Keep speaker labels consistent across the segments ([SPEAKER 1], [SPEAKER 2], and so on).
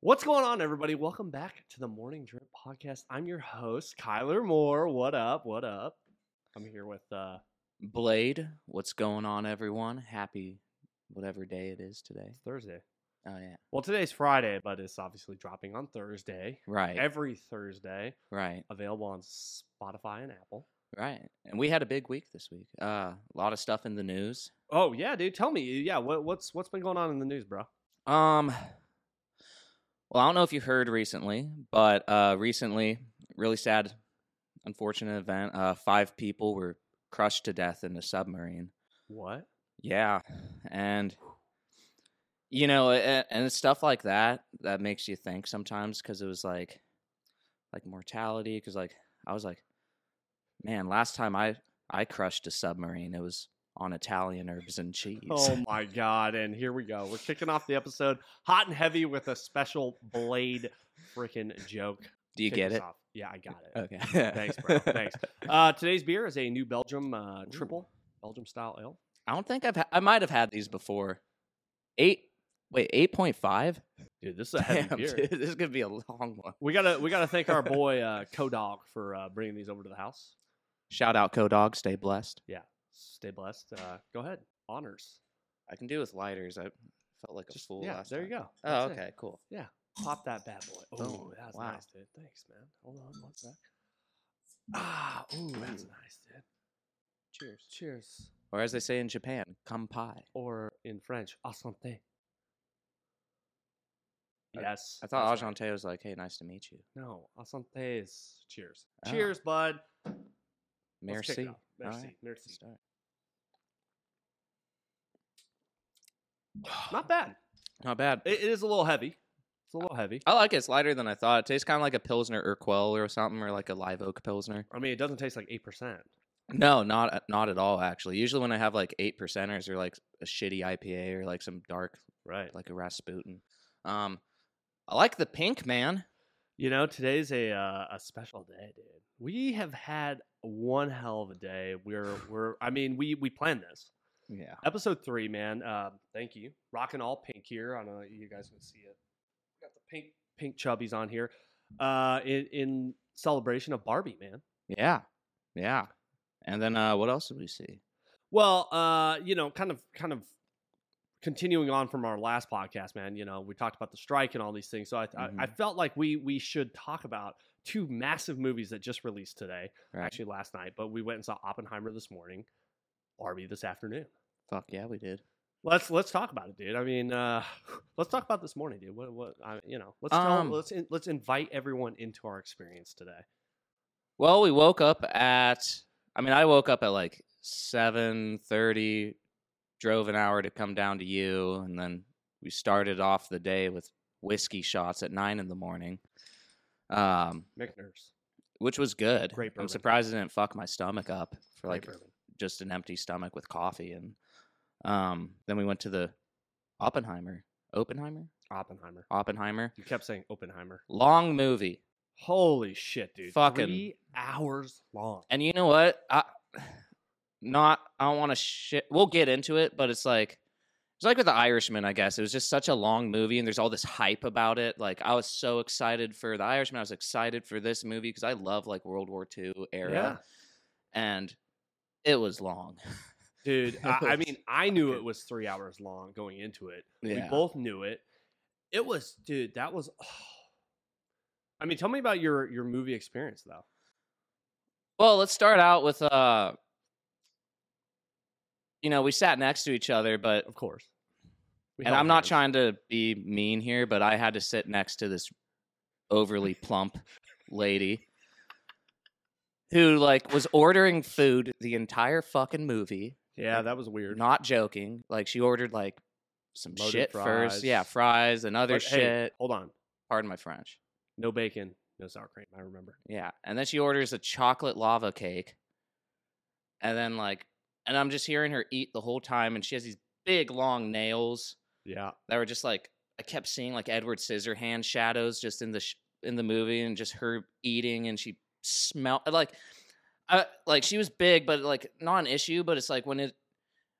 [SPEAKER 1] What's going on, everybody? Welcome back to the Morning Drip Podcast. I'm your host, Kyler Moore. What up? What up? I'm here with uh
[SPEAKER 2] Blade, what's going on, everyone? Happy whatever day it is today.
[SPEAKER 1] it's Thursday.
[SPEAKER 2] Oh yeah,
[SPEAKER 1] Well, today's Friday, but it's obviously dropping on Thursday.
[SPEAKER 2] right,
[SPEAKER 1] Every Thursday,
[SPEAKER 2] right,
[SPEAKER 1] available on Spotify and Apple.
[SPEAKER 2] right. And we had a big week this week. Uh, a lot of stuff in the news.
[SPEAKER 1] Oh yeah, dude. Tell me, yeah, what, what's what's been going on in the news, bro?
[SPEAKER 2] Um, well, I don't know if you heard recently, but uh, recently, really sad, unfortunate event. Uh, five people were crushed to death in a submarine.
[SPEAKER 1] What?
[SPEAKER 2] Yeah, and you know, a- and it's stuff like that that makes you think sometimes because it was like, like mortality. Because like I was like, man, last time I I crushed a submarine, it was on Italian herbs and cheese.
[SPEAKER 1] Oh my god! And here we go. We're kicking off the episode hot and heavy with a special blade freaking joke.
[SPEAKER 2] Do you
[SPEAKER 1] Kick
[SPEAKER 2] get
[SPEAKER 1] us
[SPEAKER 2] it?
[SPEAKER 1] off. Yeah, I got it.
[SPEAKER 2] Okay.
[SPEAKER 1] Thanks, bro. Thanks. Uh, today's beer is a New Belgium uh, triple Belgium style ale.
[SPEAKER 2] I don't think I've ha- I might have had these before. Eight. Wait, eight point five.
[SPEAKER 1] Dude, this is a heavy
[SPEAKER 2] Damn,
[SPEAKER 1] beer.
[SPEAKER 2] dude, this is gonna be a long one.
[SPEAKER 1] We gotta we gotta thank our boy uh, Kodog for uh, bringing these over to the house.
[SPEAKER 2] Shout out, Codog. Stay blessed.
[SPEAKER 1] Stay blessed. Uh, go ahead. Honors.
[SPEAKER 2] I can do with lighters. I felt like a
[SPEAKER 1] Just-
[SPEAKER 2] fool.
[SPEAKER 1] yeah,
[SPEAKER 2] last
[SPEAKER 1] there
[SPEAKER 2] time.
[SPEAKER 1] you go.
[SPEAKER 2] Oh,
[SPEAKER 1] That's it.
[SPEAKER 2] okay, cool.
[SPEAKER 1] Pop that bad boy. Oh,
[SPEAKER 2] Boom.
[SPEAKER 1] that was
[SPEAKER 2] Wow.
[SPEAKER 1] nice, dude. Thanks, man. Hold on one sec. Ah, ooh, that's
[SPEAKER 2] Ooh.
[SPEAKER 1] nice, dude. Cheers. Cheers.
[SPEAKER 2] Or as they say in Japan, kampai.
[SPEAKER 1] Or in French, au santé.
[SPEAKER 2] I-
[SPEAKER 1] Yes.
[SPEAKER 2] I thought
[SPEAKER 1] that's right.
[SPEAKER 2] Ajante was like, "Hey, nice to meet you."
[SPEAKER 1] No, asante is cheers.
[SPEAKER 2] Ah.
[SPEAKER 1] Cheers, bud. Let's kick it
[SPEAKER 2] Merci.
[SPEAKER 1] off. Merci.
[SPEAKER 2] right.
[SPEAKER 1] Merci.
[SPEAKER 2] Start.
[SPEAKER 1] Not bad.
[SPEAKER 2] Not bad.
[SPEAKER 1] It, it is a little heavy. It's a little heavy.
[SPEAKER 2] I like it. It's lighter than I thought. It tastes kind of like a pilsner Urquell or something, or like a live oak pilsner.
[SPEAKER 1] I mean, it doesn't taste like eight percent.
[SPEAKER 2] No, not not at all. Actually, usually when I have like eight percenters or like a shitty IPA or like some dark,
[SPEAKER 1] Right.
[SPEAKER 2] like a Rasputin. Um, I like the pink man.
[SPEAKER 1] You know, today's a uh, a special day, dude. We have had one hell of a day. We're we're. I mean, we we planned this.
[SPEAKER 2] Yeah.
[SPEAKER 1] Episode three, man. Um, thank you. Rocking all pink here. I don't know if you guys can see it. Got the pink pink chubbies on here. Uh, in in celebration of Barbie, man.
[SPEAKER 2] Yeah. Yeah. And then uh, what else did we see?
[SPEAKER 1] Well, uh, you know, kind of, kind of continuing on from our last podcast, man. You know, we talked about the strike and all these things, so I, I, I
[SPEAKER 2] Mhm.
[SPEAKER 1] felt like we we should talk about two massive movies that just released today,
[SPEAKER 2] Right.
[SPEAKER 1] actually last night. But we went and saw Oppenheimer this morning, Barbie this afternoon.
[SPEAKER 2] Fuck yeah, we did.
[SPEAKER 1] Let's let's talk about it, dude. I mean, uh, let's talk about this morning, dude. What what I, you know? Let's tell,
[SPEAKER 2] Um,
[SPEAKER 1] let's in, let's invite everyone into our experience today.
[SPEAKER 2] Well, we woke up at I mean, I woke up at like 7:30, drove an hour to come down to you, and then we started off the day with whiskey shots at 9 in the morning. Um,
[SPEAKER 1] McNurse,
[SPEAKER 2] which was good.
[SPEAKER 1] Great bourbon.
[SPEAKER 2] I'm surprised it didn't fuck my stomach up for
[SPEAKER 1] Great
[SPEAKER 2] like
[SPEAKER 1] bourbon.
[SPEAKER 2] just an empty stomach with coffee and um then we went to the Oppenheimer. Oppenheimer?
[SPEAKER 1] Oppenheimer.
[SPEAKER 2] Oppenheimer.
[SPEAKER 1] You kept saying Oppenheimer.
[SPEAKER 2] Long movie.
[SPEAKER 1] Holy shit, dude!
[SPEAKER 2] Fucking-
[SPEAKER 1] three hours long.
[SPEAKER 2] And you know what? I not I don't want to shit. We'll get into it, but it's like it's like with the Irishman, I guess. It was just such a long movie, and there's all this hype about it. Like I was so excited for the Irishman. I was excited for this movie because I love like World War II era, and it was long.
[SPEAKER 1] dude. I, I
[SPEAKER 2] It
[SPEAKER 1] mean,
[SPEAKER 2] was
[SPEAKER 1] I knew it
[SPEAKER 2] fucking-
[SPEAKER 1] was three hours long going into it.
[SPEAKER 2] Yeah.
[SPEAKER 1] We both knew it. It was, dude. That was. I mean, tell me about your your movie experience though.
[SPEAKER 2] Well, let's start out with uh, you know, we sat next to each other, but
[SPEAKER 1] Of course. We
[SPEAKER 2] and
[SPEAKER 1] held
[SPEAKER 2] I'm not
[SPEAKER 1] hands.
[SPEAKER 2] trying to be mean here, but I had to sit next to this overly plump lady who like was ordering food the entire fucking movie.
[SPEAKER 1] Yeah, that was weird.
[SPEAKER 2] Not joking. Like she ordered like some
[SPEAKER 1] Loaded
[SPEAKER 2] shit first. Yeah,
[SPEAKER 1] fries.
[SPEAKER 2] fries and other
[SPEAKER 1] Like, hey,
[SPEAKER 2] shit.
[SPEAKER 1] hold on.
[SPEAKER 2] Pardon my French.
[SPEAKER 1] No bacon, no sour cream. I remember.
[SPEAKER 2] Yeah. And then she orders a chocolate lava cake. And then like and I'm just hearing her eat the whole time and she has these big long nails.
[SPEAKER 1] Yeah,
[SPEAKER 2] that were just like I kept seeing like Edward Scissorhand shadows just in the sh- in the movie and just her eating and she smelled like uh, like she was big but like not an issue but it's like when it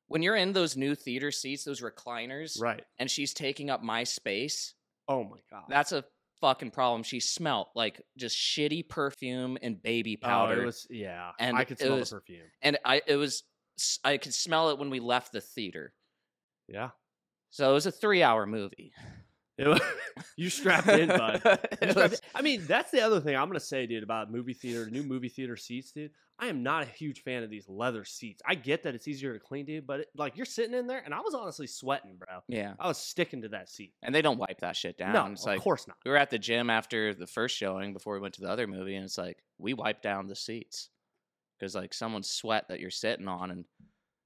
[SPEAKER 2] when you're in those new theater seats those recliners
[SPEAKER 1] right.
[SPEAKER 2] and she's taking up my space
[SPEAKER 1] Oh my god.
[SPEAKER 2] That's a fucking problem. She smelt like just shitty perfume and baby
[SPEAKER 1] Oh,
[SPEAKER 2] powder.
[SPEAKER 1] it was yeah.
[SPEAKER 2] And
[SPEAKER 1] I could
[SPEAKER 2] it
[SPEAKER 1] smell
[SPEAKER 2] was-
[SPEAKER 1] the perfume.
[SPEAKER 2] and I it was s- I could smell it when we left the theater.
[SPEAKER 1] Yeah.
[SPEAKER 2] So it was a three hour movie.
[SPEAKER 1] It was, you strapped in, bud. You
[SPEAKER 2] It
[SPEAKER 1] strapped
[SPEAKER 2] was-
[SPEAKER 1] in. I mean, that's the other thing I'm gonna say, dude, about movie theater, new movie theater seats, dude. I am not a huge fan of these leather seats. I get that it's easier to clean, dude, but it, like you're sitting in there, and I was honestly sweating, bro.
[SPEAKER 2] yeah.
[SPEAKER 1] I was sticking to that seat.
[SPEAKER 2] And they don't wipe that shit down.
[SPEAKER 1] no,
[SPEAKER 2] it's
[SPEAKER 1] of
[SPEAKER 2] like
[SPEAKER 1] course not.
[SPEAKER 2] we were at the gym after the first showing before we went to the other movie, and it's like we wiped down the seats because like someone's sweat that you're sitting on, and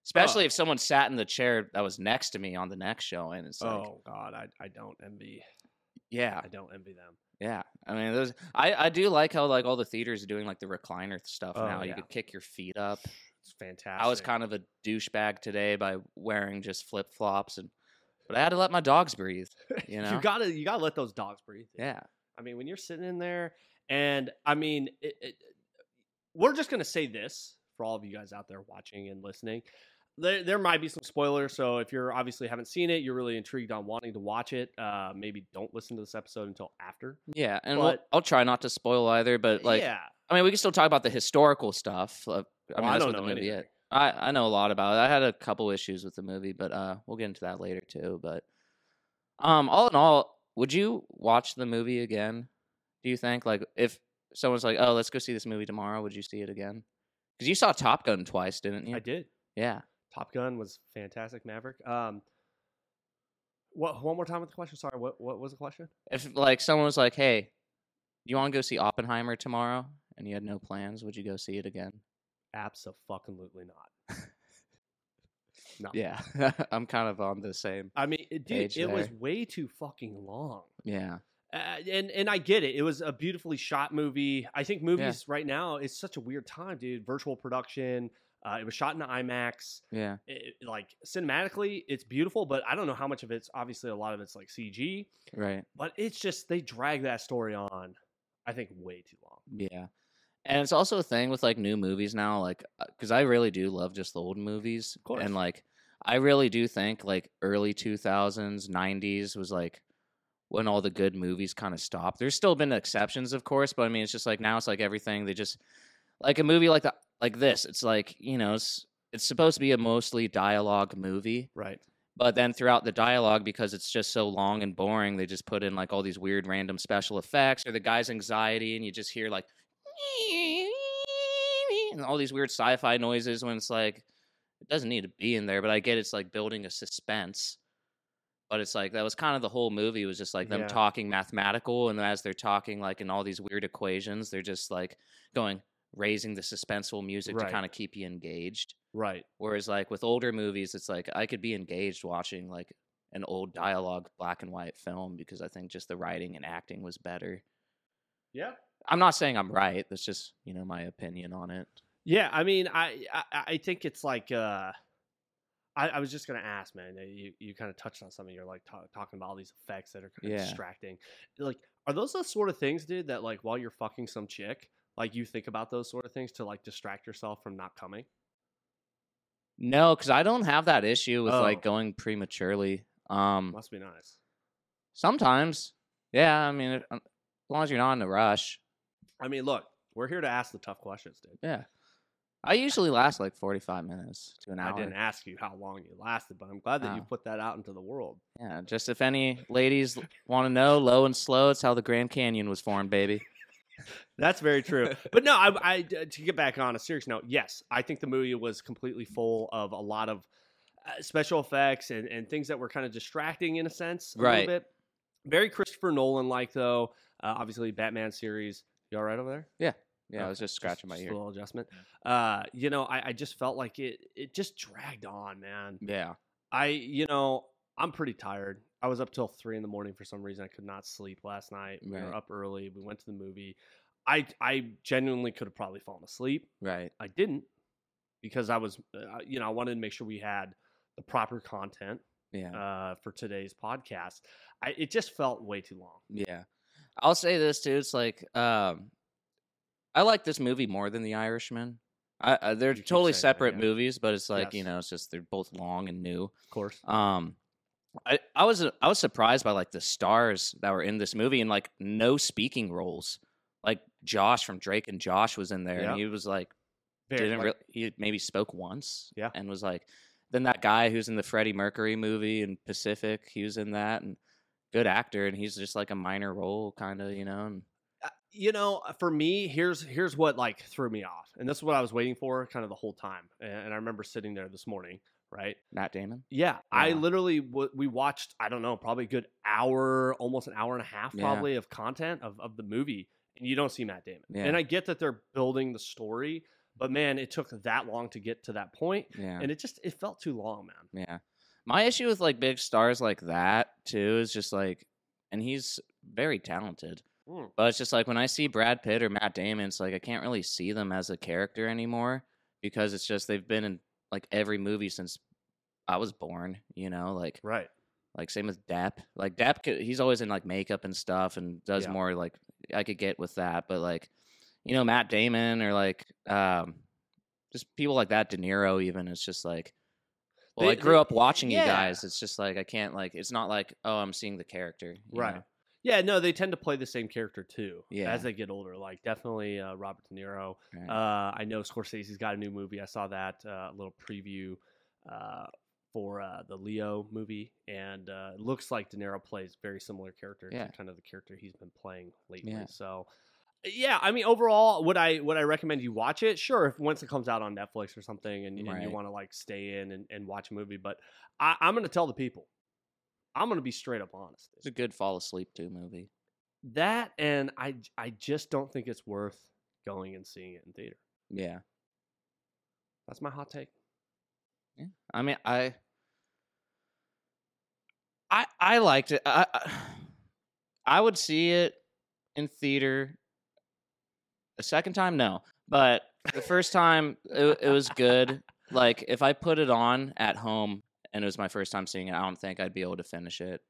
[SPEAKER 2] especially if someone sat in the chair that was next to me on the next showing, it's like
[SPEAKER 1] oh God, I, I don't envy.
[SPEAKER 2] yeah,
[SPEAKER 1] I don't envy them.
[SPEAKER 2] yeah. I mean, those I I do like how like all the theaters are doing like the recliner stuff
[SPEAKER 1] Oh,
[SPEAKER 2] now. You
[SPEAKER 1] yeah.
[SPEAKER 2] could kick your feet up.
[SPEAKER 1] It's fantastic.
[SPEAKER 2] I was kind of a douchebag today by wearing just flip flops and. But I had to let my dogs breathe, you know.
[SPEAKER 1] You gotta you gotta let those dogs breathe. dude.
[SPEAKER 2] yeah,
[SPEAKER 1] I mean, when you're sitting in there, and I mean, it, it, we're just gonna say this for all of you guys out there watching and listening. There, there might be some spoilers, so if you're obviously haven't seen it, you're really intrigued on wanting to watch it. Uh, maybe don't listen to this episode until after.
[SPEAKER 2] yeah, and we'll,
[SPEAKER 1] But-
[SPEAKER 2] I'll try not to spoil either. But like,
[SPEAKER 1] yeah,
[SPEAKER 2] I mean, we can still talk about the historical stuff. Uh, I mean,
[SPEAKER 1] Well, I
[SPEAKER 2] that's
[SPEAKER 1] don't
[SPEAKER 2] what
[SPEAKER 1] know
[SPEAKER 2] the movie
[SPEAKER 1] anything.
[SPEAKER 2] is. I, I know a lot about it. I had a couple issues with the movie, but uh, we'll get into that later too. But um, all in all, would you watch the movie again? Do you think like if someone's like, "Oh, let's go see this movie tomorrow," would you see it again? Because you saw Top Gun twice, didn't you?
[SPEAKER 1] I did.
[SPEAKER 2] Yeah.
[SPEAKER 1] Top Gun was fantastic. Maverick. Um, what? One more time with the question. Sorry, what? What was the question?
[SPEAKER 2] If like someone was like, "Hey, you want to go see Oppenheimer tomorrow?" and you had no plans, would you go see it again?
[SPEAKER 1] Absolutely not. no.
[SPEAKER 2] Yeah, I'm kind of on the same.
[SPEAKER 1] I mean, it, dude,
[SPEAKER 2] Page
[SPEAKER 1] it was
[SPEAKER 2] there.
[SPEAKER 1] way too fucking long.
[SPEAKER 2] Yeah.
[SPEAKER 1] Uh, and and I get it. It was a beautifully shot movie. I think movies right now is such a weird time, dude. Virtual production. Uh, it was shot in IMAX.
[SPEAKER 2] Yeah.
[SPEAKER 1] It, it- like cinematically, it's beautiful, but I don't know how much of it's obviously a lot of it's like CG.
[SPEAKER 2] Right.
[SPEAKER 1] But it's just they drag that story on. I think way too long.
[SPEAKER 2] Yeah. And it's also a thing with like new movies now, like, because I really do love just the old movies.
[SPEAKER 1] Of course.
[SPEAKER 2] And like, I really do think like early 2000s, 90s was like when all the good movies kind of stopped. There's still been exceptions, of course, but I mean, it's just like now it's like everything. They just, like a movie like the, like this, it's like, you know, it's, it's supposed to be a mostly dialogue movie.
[SPEAKER 1] Right.
[SPEAKER 2] But then throughout the dialogue, because it's just so long and boring, they just put in like all these weird random special effects or the guy's anxiety, and you just hear like and all these weird sci-fi noises when it's like it doesn't need to be in there. But I get it's like building a suspense. But it's like that was kind of the whole movie was just like them
[SPEAKER 1] Yeah.
[SPEAKER 2] talking mathematical, and as they're talking like in all these weird equations, they're just like going raising the suspenseful music to
[SPEAKER 1] Right.
[SPEAKER 2] kind of keep you engaged.
[SPEAKER 1] Right.
[SPEAKER 2] Whereas like with older movies, it's like I could be engaged watching like an old dialogue black and white film because I think just the writing and acting was better.
[SPEAKER 1] Yeah.
[SPEAKER 2] I'm not saying I'm right. That's just you know my opinion on it.
[SPEAKER 1] Yeah, I mean, I I, I think it's like uh, I, I was just gonna ask, man. uh, You you kind of touched on something. You're like ta- talking about all these effects that are kind of
[SPEAKER 2] Yeah.
[SPEAKER 1] distracting. Like, are those the sort of things, dude? That like while you're fucking some chick, like you think about those sort of things to like distract yourself from not coming.
[SPEAKER 2] No, because I don't have that issue with
[SPEAKER 1] Oh.
[SPEAKER 2] like going prematurely. Um,
[SPEAKER 1] Must be nice.
[SPEAKER 2] sometimes, yeah. I mean, uh, as long as you're not in a rush,
[SPEAKER 1] I mean, look, we're here to ask the tough questions, dude.
[SPEAKER 2] yeah. I usually last like 45 minutes to an hour.
[SPEAKER 1] I didn't ask you how long you lasted, but I'm glad that you
[SPEAKER 2] Oh.
[SPEAKER 1] put that out into the world.
[SPEAKER 2] Yeah, just if any ladies want to know, low and slow, it's how the Grand Canyon was formed, baby.
[SPEAKER 1] That's very true. but no, I, I to get back on a serious note, yes, I think the movie was completely full of a lot of uh, special effects and, and things that were kind of distracting in a sense, a
[SPEAKER 2] Right.
[SPEAKER 1] little bit. Very Christopher Nolan like though. Uh, obviously, Batman series. You all right over there?
[SPEAKER 2] Yeah, I was just scratching my
[SPEAKER 1] just
[SPEAKER 2] ear.
[SPEAKER 1] A little adjustment. Uh, you know, I, I just felt like it. It just dragged on, man.
[SPEAKER 2] Yeah.
[SPEAKER 1] I, you know, I'm pretty tired. I was up till three in the morning for some reason. I could not sleep last night. We
[SPEAKER 2] Right.
[SPEAKER 1] were up early. We went to the movie. I, I genuinely could have probably fallen asleep.
[SPEAKER 2] Right.
[SPEAKER 1] I didn't because I was, uh, you know, I wanted to make sure we had the proper content
[SPEAKER 2] Yeah.
[SPEAKER 1] uh, for today's podcast. I, it just felt way too long.
[SPEAKER 2] yeah. I'll say this too. It's like um, I like this movie more than The Irishman. I, I they're
[SPEAKER 1] You keep
[SPEAKER 2] totally
[SPEAKER 1] saying that,
[SPEAKER 2] separate
[SPEAKER 1] yeah.
[SPEAKER 2] movies, but it's like you
[SPEAKER 1] Yes. Uh,
[SPEAKER 2] know, it's just they're both long and new.
[SPEAKER 1] Of course.
[SPEAKER 2] Um, I, I was I was surprised by like the stars that were in this movie and like no speaking roles. Like Josh from Drake and Josh was in there
[SPEAKER 1] Yeah.
[SPEAKER 2] and he was like
[SPEAKER 1] Very,
[SPEAKER 2] didn't
[SPEAKER 1] like,
[SPEAKER 2] really he maybe spoke once.
[SPEAKER 1] Yeah.
[SPEAKER 2] And was like then that guy who's in the Freddie Mercury movie and Pacific, he was in that and good actor and he's just like a minor role kind of, you know. And
[SPEAKER 1] uh, you know for me here's here's what like threw me off and this is what i was waiting for kind of the whole time and, and i remember sitting there this morning right
[SPEAKER 2] Matt Damon.
[SPEAKER 1] yeah, i
[SPEAKER 2] Yeah.
[SPEAKER 1] literally w- we watched i don't know probably a good hour almost an hour and a half
[SPEAKER 2] Yeah.
[SPEAKER 1] probably of content of, of the movie and you don't see matt damon
[SPEAKER 2] Yeah.
[SPEAKER 1] and i get that they're building the story but man it took that long to get to that point
[SPEAKER 2] Yeah.
[SPEAKER 1] and it just it felt too long man
[SPEAKER 2] Yeah. My issue with like big stars like that too is just like and he's very talented.
[SPEAKER 1] Mm.
[SPEAKER 2] But it's just like when I see Brad Pitt or Matt Damon, it's like I can't really see them as a character anymore because it's just they've been in like every movie since I was born, you know, like
[SPEAKER 1] right
[SPEAKER 2] like same with Depp. Like Depp could, he's always in like makeup and stuff and does
[SPEAKER 1] Yeah.
[SPEAKER 2] more like I could get with that, but like you know Matt Damon or like um just people like that De Niro even it's just like well, I
[SPEAKER 1] They-
[SPEAKER 2] grew
[SPEAKER 1] they-
[SPEAKER 2] up watching
[SPEAKER 1] yeah.
[SPEAKER 2] you guys. It's just like I can't like. It's not like oh, I'm seeing the character. you
[SPEAKER 1] Right.
[SPEAKER 2] know?
[SPEAKER 1] Yeah, no, they tend to play the same character too.
[SPEAKER 2] Yeah.
[SPEAKER 1] As they get older, like definitely uh, Robert De Niro.
[SPEAKER 2] Right.
[SPEAKER 1] Uh, I know Scorsese's got a new movie. I saw that uh, little preview uh, for uh, the Leo movie, and uh, it looks like De Niro plays very similar character
[SPEAKER 2] Yeah.
[SPEAKER 1] to kind of the character he's been playing lately.
[SPEAKER 2] Yeah.
[SPEAKER 1] So. Yeah, I mean, overall, would I would I recommend you watch it? Sure, if once it comes out on Netflix or something, and, and you
[SPEAKER 2] Right.
[SPEAKER 1] want to like stay in and, and watch a movie. But I, I'm going to tell the people, I'm going to be straight up honest.
[SPEAKER 2] It's a good fall asleep to movie.
[SPEAKER 1] That and I j- I just don't think it's worth going and seeing it in theater.
[SPEAKER 2] Yeah.
[SPEAKER 1] That's my hot take.
[SPEAKER 2] I mean, I. I I liked it. I I, I would see it in theater. A second time, no, but the first time it, it was good. Like if I put it on at home and it was my first time seeing it, I don't think I'd be able to finish it.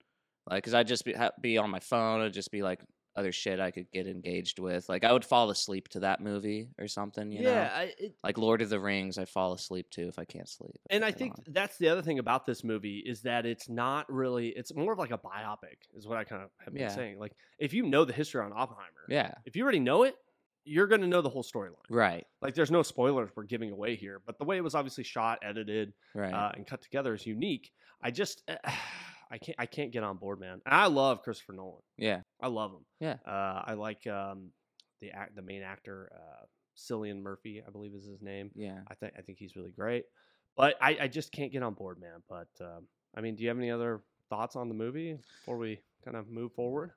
[SPEAKER 2] Like, cause I'd just be ha- be on my phone. I'd just be like other shit I could get engaged with. Like I would fall asleep to that movie or something. You know,
[SPEAKER 1] I, it,
[SPEAKER 2] like Lord of the Rings, I fall asleep to if I can't sleep. if
[SPEAKER 1] and I
[SPEAKER 2] put it
[SPEAKER 1] think
[SPEAKER 2] on.
[SPEAKER 1] that's the other thing about this movie is that it's not really. It's more of like a biopic, is what I kind of have been
[SPEAKER 2] Yeah.
[SPEAKER 1] saying. Like if you know the history on Oppenheimer,
[SPEAKER 2] Yeah.
[SPEAKER 1] if you already know it, you're going to know the whole storyline.
[SPEAKER 2] Right.
[SPEAKER 1] Like there's no spoilers we're giving away here, but the way it was obviously shot, edited,
[SPEAKER 2] Right.
[SPEAKER 1] uh, and cut together is unique. I just eh, I can't I can't get on board, man. And I love Christopher Nolan.
[SPEAKER 2] yeah.
[SPEAKER 1] I love him.
[SPEAKER 2] Yeah.
[SPEAKER 1] Uh, I like um, the act, the main actor, uh, Cillian Murphy, I believe is his name.
[SPEAKER 2] Yeah.
[SPEAKER 1] I think I think he's really great, but I, I just can't get on board, man. But um, I mean, do you have any other thoughts on the movie before we kind of move forward?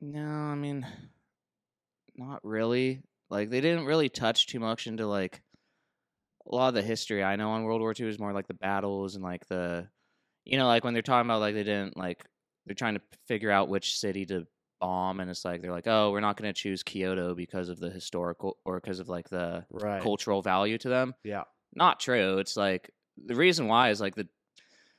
[SPEAKER 2] No, I mean, not really. Like they didn't really touch too much into like a lot of the history. I know on World War II is more like the battles and like the, you know, like when they're talking about like they didn't like they're trying to p- figure out which city to bomb and it's like they're like oh we're not going to choose Kyoto because of the historical or because of like the
[SPEAKER 1] Right.
[SPEAKER 2] cultural value to them.
[SPEAKER 1] Yeah.
[SPEAKER 2] Not true. It's like the reason why is like the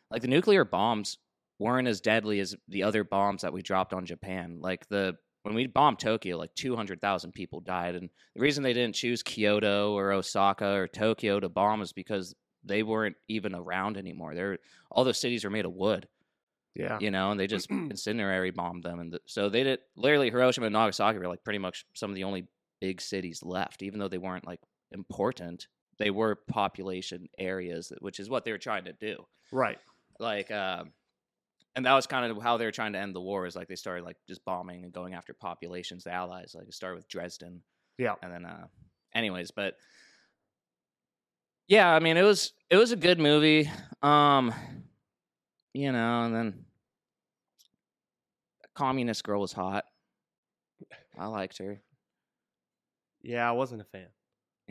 [SPEAKER 2] like the nuclear bombs weren't as deadly as the other bombs that we dropped on Japan. Like the when we bombed Tokyo, like 200,000 people died and the reason they didn't choose Kyoto or Osaka or Tokyo to bomb is because they weren't even around anymore. They're all those cities were made of wood,
[SPEAKER 1] Yeah.
[SPEAKER 2] you know, and they just incendiary bombed them and th so they did literally Hiroshima and Nagasaki were like pretty much some of the only big cities left even though they weren't like important. They were population areas, which is what they were trying to do
[SPEAKER 1] Right.
[SPEAKER 2] like um and that was kind of how they were trying to end the war is like they started like just bombing and going after populations the allies like it started with dresden
[SPEAKER 1] Yeah.
[SPEAKER 2] and then uh anyways but yeah i mean it was it was a good movie um you know and then communist girl was hot i liked her
[SPEAKER 1] Yeah. I wasn't a fan.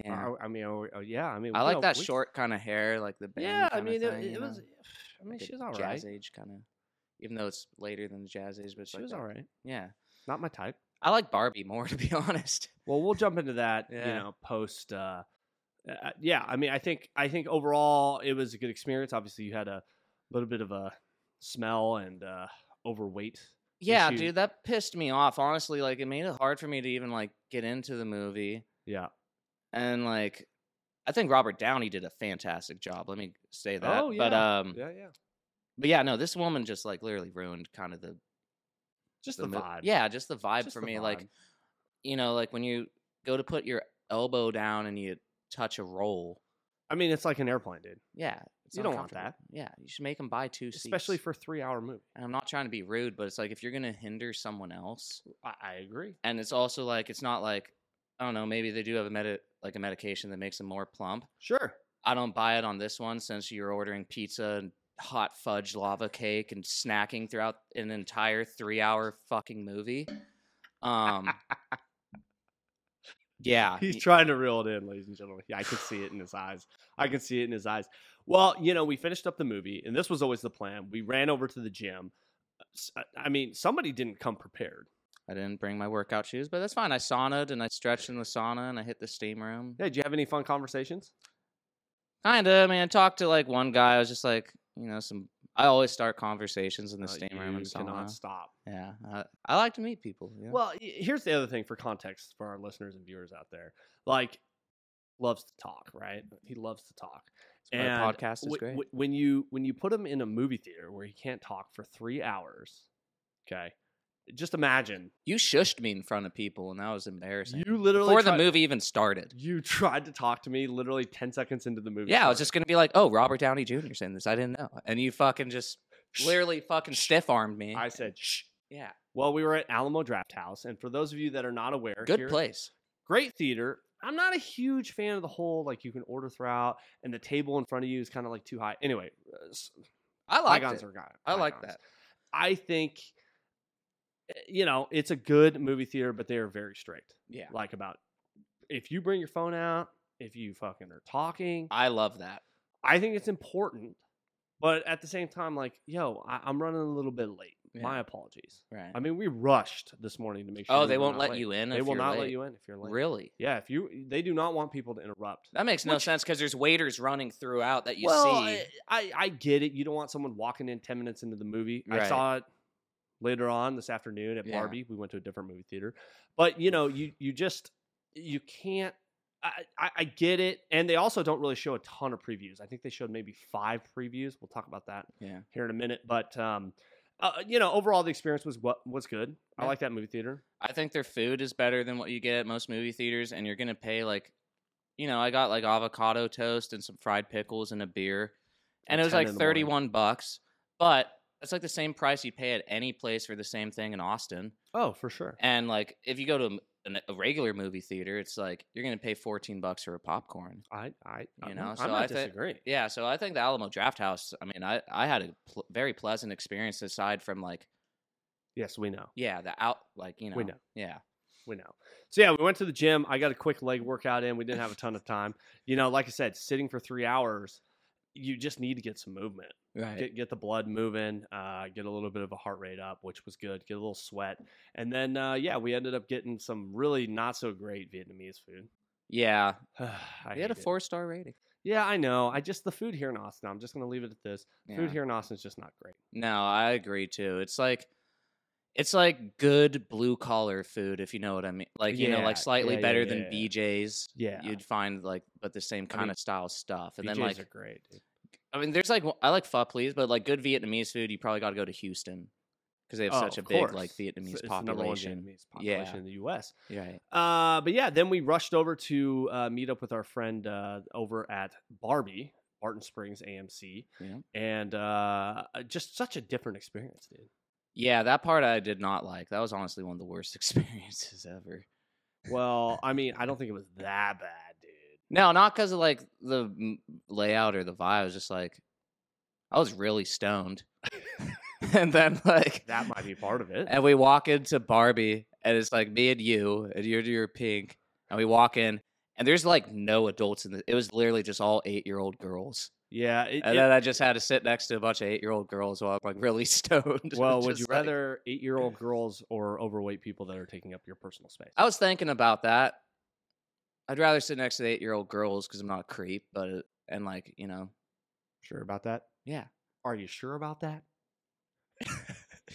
[SPEAKER 2] yeah
[SPEAKER 1] I, I mean, oh, oh, yeah. I mean,
[SPEAKER 2] i
[SPEAKER 1] you
[SPEAKER 2] like
[SPEAKER 1] know,
[SPEAKER 2] that
[SPEAKER 1] we-
[SPEAKER 2] short kind of hair like the bang
[SPEAKER 1] Yeah. I
[SPEAKER 2] kinda
[SPEAKER 1] mean, it,
[SPEAKER 2] thing,
[SPEAKER 1] it
[SPEAKER 2] you know?
[SPEAKER 1] was. I mean,
[SPEAKER 2] Like a
[SPEAKER 1] she was all right.
[SPEAKER 2] jazz age kind of even though it's later than the jazz age but it's
[SPEAKER 1] She
[SPEAKER 2] like
[SPEAKER 1] was
[SPEAKER 2] that-
[SPEAKER 1] all right.
[SPEAKER 2] yeah
[SPEAKER 1] Not my type.
[SPEAKER 2] I like Barbie more, to be honest.
[SPEAKER 1] Well, we'll jump into that, you
[SPEAKER 2] Yeah.
[SPEAKER 1] know, post. Uh, uh, yeah, I mean, I think I think overall it was a good experience. Obviously, you had a little bit of a smell and uh, overweight.
[SPEAKER 2] Yeah,
[SPEAKER 1] Issue.
[SPEAKER 2] dude, that pissed me off. Honestly, like it made it hard for me to even like get into the movie.
[SPEAKER 1] Yeah.
[SPEAKER 2] And like, I think Robert Downey did a fantastic job. Let me say that.
[SPEAKER 1] Oh,
[SPEAKER 2] But
[SPEAKER 1] yeah.
[SPEAKER 2] um,
[SPEAKER 1] Yeah, yeah.
[SPEAKER 2] But yeah, no, this woman just like literally ruined kind of the
[SPEAKER 1] Just the,
[SPEAKER 2] mo-
[SPEAKER 1] vibe.
[SPEAKER 2] Yeah, just the vibe
[SPEAKER 1] Just
[SPEAKER 2] for
[SPEAKER 1] the
[SPEAKER 2] me. Like
[SPEAKER 1] vibe.
[SPEAKER 2] you know, like when you go to put your elbow down and you touch a roll.
[SPEAKER 1] I mean, it's like an airplane, dude.
[SPEAKER 2] Yeah, it's
[SPEAKER 1] You don't want
[SPEAKER 2] uncomfortable. Yeah, you should make them buy two seats.
[SPEAKER 1] Especially for a three hour movie.
[SPEAKER 2] and I'm not trying to be rude, but it's like if you're gonna hinder someone else,
[SPEAKER 1] I, I agree.
[SPEAKER 2] and it's also like it's not like I don't know, maybe they do have a medi- like a medication that makes them more plump.
[SPEAKER 1] Sure.
[SPEAKER 2] I don't buy it on this one since you're ordering pizza and hot fudge lava cake and snacking throughout an entire three hour fucking movie. Um, yeah,
[SPEAKER 1] He's
[SPEAKER 2] y-
[SPEAKER 1] trying to reel it in, ladies and gentlemen. Yeah, I can see it in his eyes. I can see it in his eyes. Well, you know, we finished up the movie, and this was always the plan. We ran over to the gym. S- uh, I- I mean, somebody didn't come prepared.
[SPEAKER 2] I didn't bring my workout shoes, but that's fine. I saunaed and I stretched in the sauna and I hit the steam room.
[SPEAKER 1] Yeah, did you have any fun conversations?
[SPEAKER 2] Kinda. I mean, I talked to like one guy. I was just like, you know, some. I always start conversations in the
[SPEAKER 1] Uh,
[SPEAKER 2] steam room and
[SPEAKER 1] you cannot
[SPEAKER 2] sauna.
[SPEAKER 1] stop.
[SPEAKER 2] Yeah, I, I like to meet people. you know?
[SPEAKER 1] Well, y- here's the other thing for context for our listeners and viewers out there. Like, loves to talk, right? He loves to talk.
[SPEAKER 2] That's why
[SPEAKER 1] and
[SPEAKER 2] podcast is
[SPEAKER 1] wh-
[SPEAKER 2] great.
[SPEAKER 1] wh- when you when you put him in a movie theater where he can't talk for three hours, okay, just imagine
[SPEAKER 2] you shushed me in front of people, and that was embarrassing.
[SPEAKER 1] you literally
[SPEAKER 2] Before the
[SPEAKER 1] tried-
[SPEAKER 2] movie even started.
[SPEAKER 1] You tried to talk to me literally ten seconds into the movie.
[SPEAKER 2] Yeah, I was
[SPEAKER 1] started.
[SPEAKER 2] just gonna be like, "Oh, Robert Downey Jr.'s in this. I didn't know." And you fucking just
[SPEAKER 1] Shh.
[SPEAKER 2] literally fucking stiff armed me.
[SPEAKER 1] I said shh.
[SPEAKER 2] yeah,
[SPEAKER 1] Well, we were at Alamo Draft House, and for those of you that are not aware,
[SPEAKER 2] good
[SPEAKER 1] here-
[SPEAKER 2] place.
[SPEAKER 1] great theater. I'm not a huge fan of the whole like you can order throughout, and the table in front of you is kind of like too high. Anyway, uh, s-
[SPEAKER 2] I liked
[SPEAKER 1] bygones
[SPEAKER 2] it.
[SPEAKER 1] are gone.
[SPEAKER 2] I like
[SPEAKER 1] bygones.
[SPEAKER 2] that.
[SPEAKER 1] I think eh, you know it's a good movie theater, but they are very strict.
[SPEAKER 2] Yeah,
[SPEAKER 1] Like about if you bring your phone out, if you fucking are talking,
[SPEAKER 2] I love that.
[SPEAKER 1] I think it's important. But at the same time, like yo, I, I'm running a little bit late.
[SPEAKER 2] Yeah.
[SPEAKER 1] My apologies.
[SPEAKER 2] Right.
[SPEAKER 1] I mean, we rushed this morning to make sure.
[SPEAKER 2] oh,
[SPEAKER 1] we
[SPEAKER 2] they
[SPEAKER 1] were
[SPEAKER 2] won't
[SPEAKER 1] not
[SPEAKER 2] let
[SPEAKER 1] late.
[SPEAKER 2] you in.
[SPEAKER 1] They
[SPEAKER 2] if
[SPEAKER 1] will
[SPEAKER 2] you're
[SPEAKER 1] not
[SPEAKER 2] late.
[SPEAKER 1] let you in if you're late.
[SPEAKER 2] Really?
[SPEAKER 1] Yeah, if you, they do not want people to interrupt.
[SPEAKER 2] That makes no
[SPEAKER 1] Which-
[SPEAKER 2] sense because there's waiters running throughout that you
[SPEAKER 1] well, I,
[SPEAKER 2] see.
[SPEAKER 1] I I get it. You don't want someone walking in ten minutes into the movie. I
[SPEAKER 2] Right.
[SPEAKER 1] saw it later on this afternoon at
[SPEAKER 2] Yeah.
[SPEAKER 1] Barbie. We went to a different movie theater, but you know, you you just you can't. I, I, I get it, and they also don't really show a ton of previews. I think they showed maybe five previews. We'll talk about that
[SPEAKER 2] Yeah.
[SPEAKER 1] here in a minute, but um, uh, you know, overall the experience was what was good. I
[SPEAKER 2] Yeah.
[SPEAKER 1] like that movie theater.
[SPEAKER 2] I think their food is better than what you get at most movie theaters, and you're gonna pay like, you know, I got like avocado toast and some fried pickles and a beer, and
[SPEAKER 1] At
[SPEAKER 2] it was
[SPEAKER 1] 10
[SPEAKER 2] like
[SPEAKER 1] in the morning.
[SPEAKER 2] 31 bucks, but that's like the same price you pay at any place for the same thing in Austin.
[SPEAKER 1] Oh, for sure.
[SPEAKER 2] And like, if you go to a m- an, a regular movie theater, it's like you're gonna pay 14 bucks for a popcorn.
[SPEAKER 1] I I
[SPEAKER 2] You
[SPEAKER 1] I'm
[SPEAKER 2] know,
[SPEAKER 1] not-
[SPEAKER 2] so
[SPEAKER 1] I'm not
[SPEAKER 2] I thi-
[SPEAKER 1] disagreeing.
[SPEAKER 2] Yeah, so I think the Alamo Draft House. I mean, I I had a pl- very pleasant experience aside from like,
[SPEAKER 1] Yes, we know.
[SPEAKER 2] yeah, the out like you know,
[SPEAKER 1] We know.
[SPEAKER 2] yeah,
[SPEAKER 1] we know. So yeah, we went to the gym. I got a quick leg workout in. We didn't have a ton of time. You know, like I said, sitting for three hours, you just need to get some movement.
[SPEAKER 2] right.
[SPEAKER 1] Get get the blood moving. Uh, get a little bit of a heart rate up, which was good. Get a little sweat, and then uh, yeah, we ended up getting some really not so great Vietnamese food.
[SPEAKER 2] yeah,
[SPEAKER 1] I
[SPEAKER 2] we had a
[SPEAKER 1] hate it.
[SPEAKER 2] four star rating.
[SPEAKER 1] Yeah, I know. I just the food here in Austin. I'm just gonna leave it at this.
[SPEAKER 2] Yeah.
[SPEAKER 1] Food here in Austin is just not great.
[SPEAKER 2] No, I agree too. It's like it's like good blue collar food, if you know what I mean. Like you know,
[SPEAKER 1] Yeah,
[SPEAKER 2] like slightly
[SPEAKER 1] yeah, yeah,
[SPEAKER 2] better
[SPEAKER 1] yeah,
[SPEAKER 2] than
[SPEAKER 1] yeah.
[SPEAKER 2] BJ's.
[SPEAKER 1] Yeah,
[SPEAKER 2] You'd find like, but the same kind
[SPEAKER 1] mean,
[SPEAKER 2] of style stuff, and
[SPEAKER 1] BJ's
[SPEAKER 2] then like,
[SPEAKER 1] are great. dude.
[SPEAKER 2] I mean, there's like, w- I like pho please, but like good Vietnamese food, you probably got to go to Houston because they have
[SPEAKER 1] Oh,
[SPEAKER 2] such a
[SPEAKER 1] of
[SPEAKER 2] big
[SPEAKER 1] course.
[SPEAKER 2] like
[SPEAKER 1] It's-
[SPEAKER 2] Vietnamese
[SPEAKER 1] it's the number one
[SPEAKER 2] population.
[SPEAKER 1] Vietnamese
[SPEAKER 2] Yeah.
[SPEAKER 1] population in the U.S.
[SPEAKER 2] Right.
[SPEAKER 1] Uh, but yeah, then we rushed over to uh, meet up with our friend uh, over at Barbie, Barton Springs AMC,
[SPEAKER 2] Yeah.
[SPEAKER 1] and uh, just such a different experience, dude.
[SPEAKER 2] Yeah, that part I did not like. That was honestly one of the worst experiences ever.
[SPEAKER 1] Well, I mean, I don't think it was that bad, dude.
[SPEAKER 2] No, not because of like the m- layout or the vibe. It was just like I was really stoned, and then like
[SPEAKER 1] That might be part of it.
[SPEAKER 2] And we walk into Barbie, and it's like me and you, and you're you're pink, and we walk in, and there's like no adults in the. It was literally just all eight year old girls,
[SPEAKER 1] Yeah. It,
[SPEAKER 2] and
[SPEAKER 1] it-
[SPEAKER 2] then I just had to sit next to a bunch of eight year old girls while I'm like really stoned.
[SPEAKER 1] well, would you
[SPEAKER 2] Just, like-
[SPEAKER 1] rather eight-year-old girls or overweight people that are taking up your personal space?
[SPEAKER 2] I was thinking about that. I'd rather sit next to the eight year old girls because I'm not a creep, but it, and like you know,
[SPEAKER 1] Sure about that?
[SPEAKER 2] yeah,
[SPEAKER 1] Are you sure about that?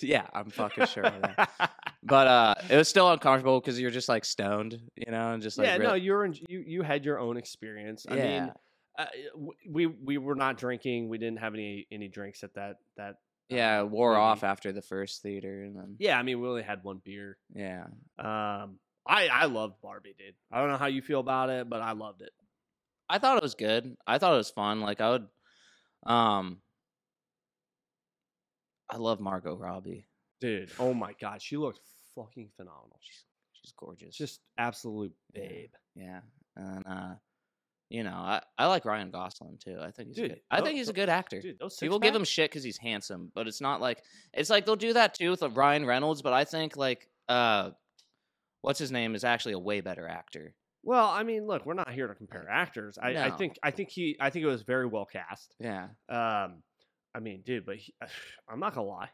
[SPEAKER 2] yeah, I'm fucking sure. of that. But uh, it was still uncomfortable because you're just like stoned, you know, and just like
[SPEAKER 1] yeah,
[SPEAKER 2] re-
[SPEAKER 1] no, you're in, you you had your own experience. I mean, uh, w- we we were not drinking. We didn't have any any drinks at that that. uh,
[SPEAKER 2] Yeah, it wore
[SPEAKER 1] movie.
[SPEAKER 2] off after the first theater, and then
[SPEAKER 1] Yeah, I mean, we only had one beer.
[SPEAKER 2] yeah,
[SPEAKER 1] Um, I I loved Barbie, dude. I don't know how you feel about it, but I loved it.
[SPEAKER 2] I thought it was good. I thought it was fun. Like I would, um, I love Margot Robbie.
[SPEAKER 1] Dude, oh my god, she looked fucking phenomenal. She's
[SPEAKER 2] She's she's gorgeous.
[SPEAKER 1] just absolute
[SPEAKER 2] Yeah.
[SPEAKER 1] babe.
[SPEAKER 2] yeah, and uh, you know, I, I like Ryan Gosling too. I think he's a
[SPEAKER 1] Dude, oh,
[SPEAKER 2] good. I
[SPEAKER 1] tho-
[SPEAKER 2] think he's a
[SPEAKER 1] tho-
[SPEAKER 2] good actor.
[SPEAKER 1] Dude, those
[SPEAKER 2] People give him shit because he's handsome, but it's not like it's like they'll do that too with uh, Ryan Reynolds. But I think like uh, what's his name is actually a way better actor.
[SPEAKER 1] Well, I mean, look, we're not here to compare actors. I, I
[SPEAKER 2] No.
[SPEAKER 1] think I think he I think it was very well cast.
[SPEAKER 2] Yeah,
[SPEAKER 1] Um, I mean, dude, but he, I'm not gonna lie.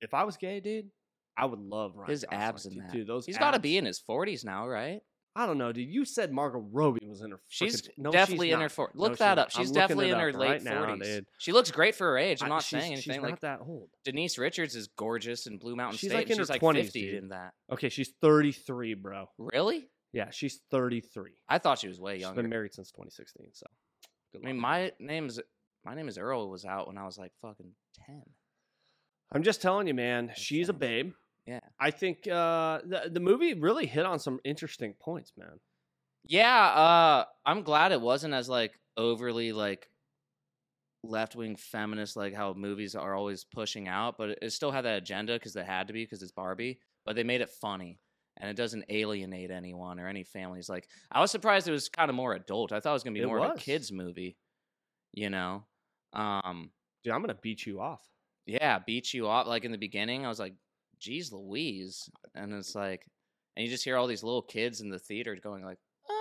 [SPEAKER 1] If I was gay, dude, I would love Ryan.
[SPEAKER 2] his
[SPEAKER 1] Gosling.
[SPEAKER 2] abs in
[SPEAKER 1] dude,
[SPEAKER 2] that.
[SPEAKER 1] Dude, those
[SPEAKER 2] he's
[SPEAKER 1] got to
[SPEAKER 2] be in his forties now, right?
[SPEAKER 1] I don't know, dude. You said Margot Robbie was in her. frickin'
[SPEAKER 2] She's
[SPEAKER 1] t- no,
[SPEAKER 2] definitely
[SPEAKER 1] she's
[SPEAKER 2] in her
[SPEAKER 1] not.
[SPEAKER 2] for.
[SPEAKER 1] No,
[SPEAKER 2] Look
[SPEAKER 1] she's
[SPEAKER 2] that
[SPEAKER 1] not.
[SPEAKER 2] up. She's
[SPEAKER 1] I'm looking
[SPEAKER 2] definitely
[SPEAKER 1] it
[SPEAKER 2] in
[SPEAKER 1] up
[SPEAKER 2] her
[SPEAKER 1] right
[SPEAKER 2] late
[SPEAKER 1] now,
[SPEAKER 2] forties.
[SPEAKER 1] dude.
[SPEAKER 2] she looks great for her age. I'm
[SPEAKER 1] I-
[SPEAKER 2] not
[SPEAKER 1] she's-
[SPEAKER 2] saying
[SPEAKER 1] she's
[SPEAKER 2] anything.
[SPEAKER 1] not
[SPEAKER 2] Like
[SPEAKER 1] that old.
[SPEAKER 2] Denise Richards is gorgeous in Blue Mountain
[SPEAKER 1] She's,
[SPEAKER 2] State.
[SPEAKER 1] like,
[SPEAKER 2] and
[SPEAKER 1] in her
[SPEAKER 2] she's like
[SPEAKER 1] 20s,
[SPEAKER 2] 50
[SPEAKER 1] dude.
[SPEAKER 2] in that.
[SPEAKER 1] Okay, she's 33, bro.
[SPEAKER 2] Really?
[SPEAKER 1] Yeah, she's 33.
[SPEAKER 2] I thought she was way
[SPEAKER 1] She's
[SPEAKER 2] younger.
[SPEAKER 1] been married since 2016. So, good
[SPEAKER 2] I mean,
[SPEAKER 1] luck.
[SPEAKER 2] my name's my name is Earl was out when I was like fucking ten.
[SPEAKER 1] I'm just telling you, man. She's a
[SPEAKER 2] sense.
[SPEAKER 1] babe.
[SPEAKER 2] Yeah.
[SPEAKER 1] I think uh, the the movie really hit on some interesting points, man.
[SPEAKER 2] Yeah, uh, I'm glad it wasn't as like overly like left wing feminist like how movies are always pushing out, but it- it still had that agenda because it had to be because it's Barbie. But they made it funny and it doesn't alienate anyone or any families. Like I was surprised it was kind of more adult. I thought it was gonna be
[SPEAKER 1] It
[SPEAKER 2] more of a
[SPEAKER 1] was.
[SPEAKER 2] kids movie, you know. Um,
[SPEAKER 1] Dude, I'm gonna beat you off.
[SPEAKER 2] yeah, beat you up. Like in the beginning, I was like, "Geez, Louise," and it's like, and you just hear all these little kids in the theater going like. "Ah."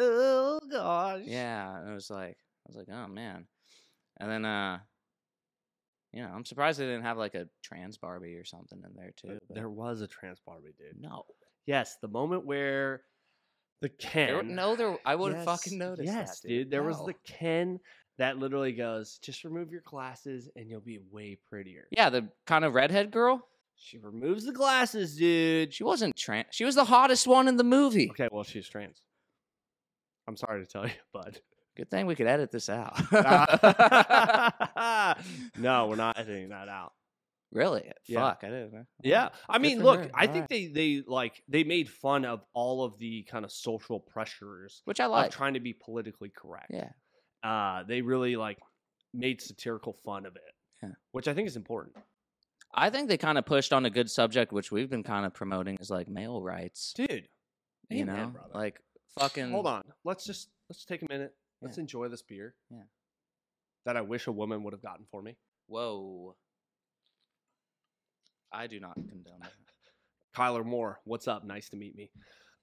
[SPEAKER 1] Oh gosh.
[SPEAKER 2] Uh, Yeah, and it was like I was like, oh man, and then uh, you know, I'm surprised they didn't have like a trans Barbie or something in there too.
[SPEAKER 1] Uh,
[SPEAKER 2] but
[SPEAKER 1] There was a trans Barbie, dude.
[SPEAKER 2] no,
[SPEAKER 1] Yes, the moment where the Ken.
[SPEAKER 2] there, no, there. I would have fucking
[SPEAKER 1] Yes,
[SPEAKER 2] noticed.
[SPEAKER 1] Yes,
[SPEAKER 2] that,
[SPEAKER 1] dude. There was
[SPEAKER 2] No.
[SPEAKER 1] the Ken that literally goes, "Just remove your glasses and you'll be way prettier."
[SPEAKER 2] yeah, the kind of redhead girl.
[SPEAKER 1] She removes the glasses, dude.
[SPEAKER 2] She wasn't trans. She was the hottest one in the movie.
[SPEAKER 1] Okay, well, she's trans. I'm sorry to tell you, bud.
[SPEAKER 2] Good thing we could edit this out.
[SPEAKER 1] Ah. no, we're not editing that out.
[SPEAKER 2] really?
[SPEAKER 1] Yeah.
[SPEAKER 2] Fuck, I didn't know.
[SPEAKER 1] Yeah, I
[SPEAKER 2] Good
[SPEAKER 1] mean,
[SPEAKER 2] for
[SPEAKER 1] look,
[SPEAKER 2] her.
[SPEAKER 1] I
[SPEAKER 2] All
[SPEAKER 1] think
[SPEAKER 2] right.
[SPEAKER 1] they they like they made fun of all of the kind of social pressures
[SPEAKER 2] which I
[SPEAKER 1] of
[SPEAKER 2] like.
[SPEAKER 1] trying to be politically correct.
[SPEAKER 2] yeah,
[SPEAKER 1] Uh, they really like made satirical fun of it,
[SPEAKER 2] Yeah.
[SPEAKER 1] which I think is important,
[SPEAKER 2] I think they kind of pushed on a good subject, which we've been kind of promoting, is like male rights.
[SPEAKER 1] dude.
[SPEAKER 2] you
[SPEAKER 1] amen,
[SPEAKER 2] know,
[SPEAKER 1] brother.
[SPEAKER 2] like fucking.
[SPEAKER 1] hold on. Let's just let's take a minute. Let's
[SPEAKER 2] Yeah.
[SPEAKER 1] enjoy this beer.
[SPEAKER 2] Yeah.
[SPEAKER 1] That I wish a woman would have gotten for me.
[SPEAKER 2] Whoa. I do not condone that.
[SPEAKER 1] Kyler Moore, what's up? Nice to meet me.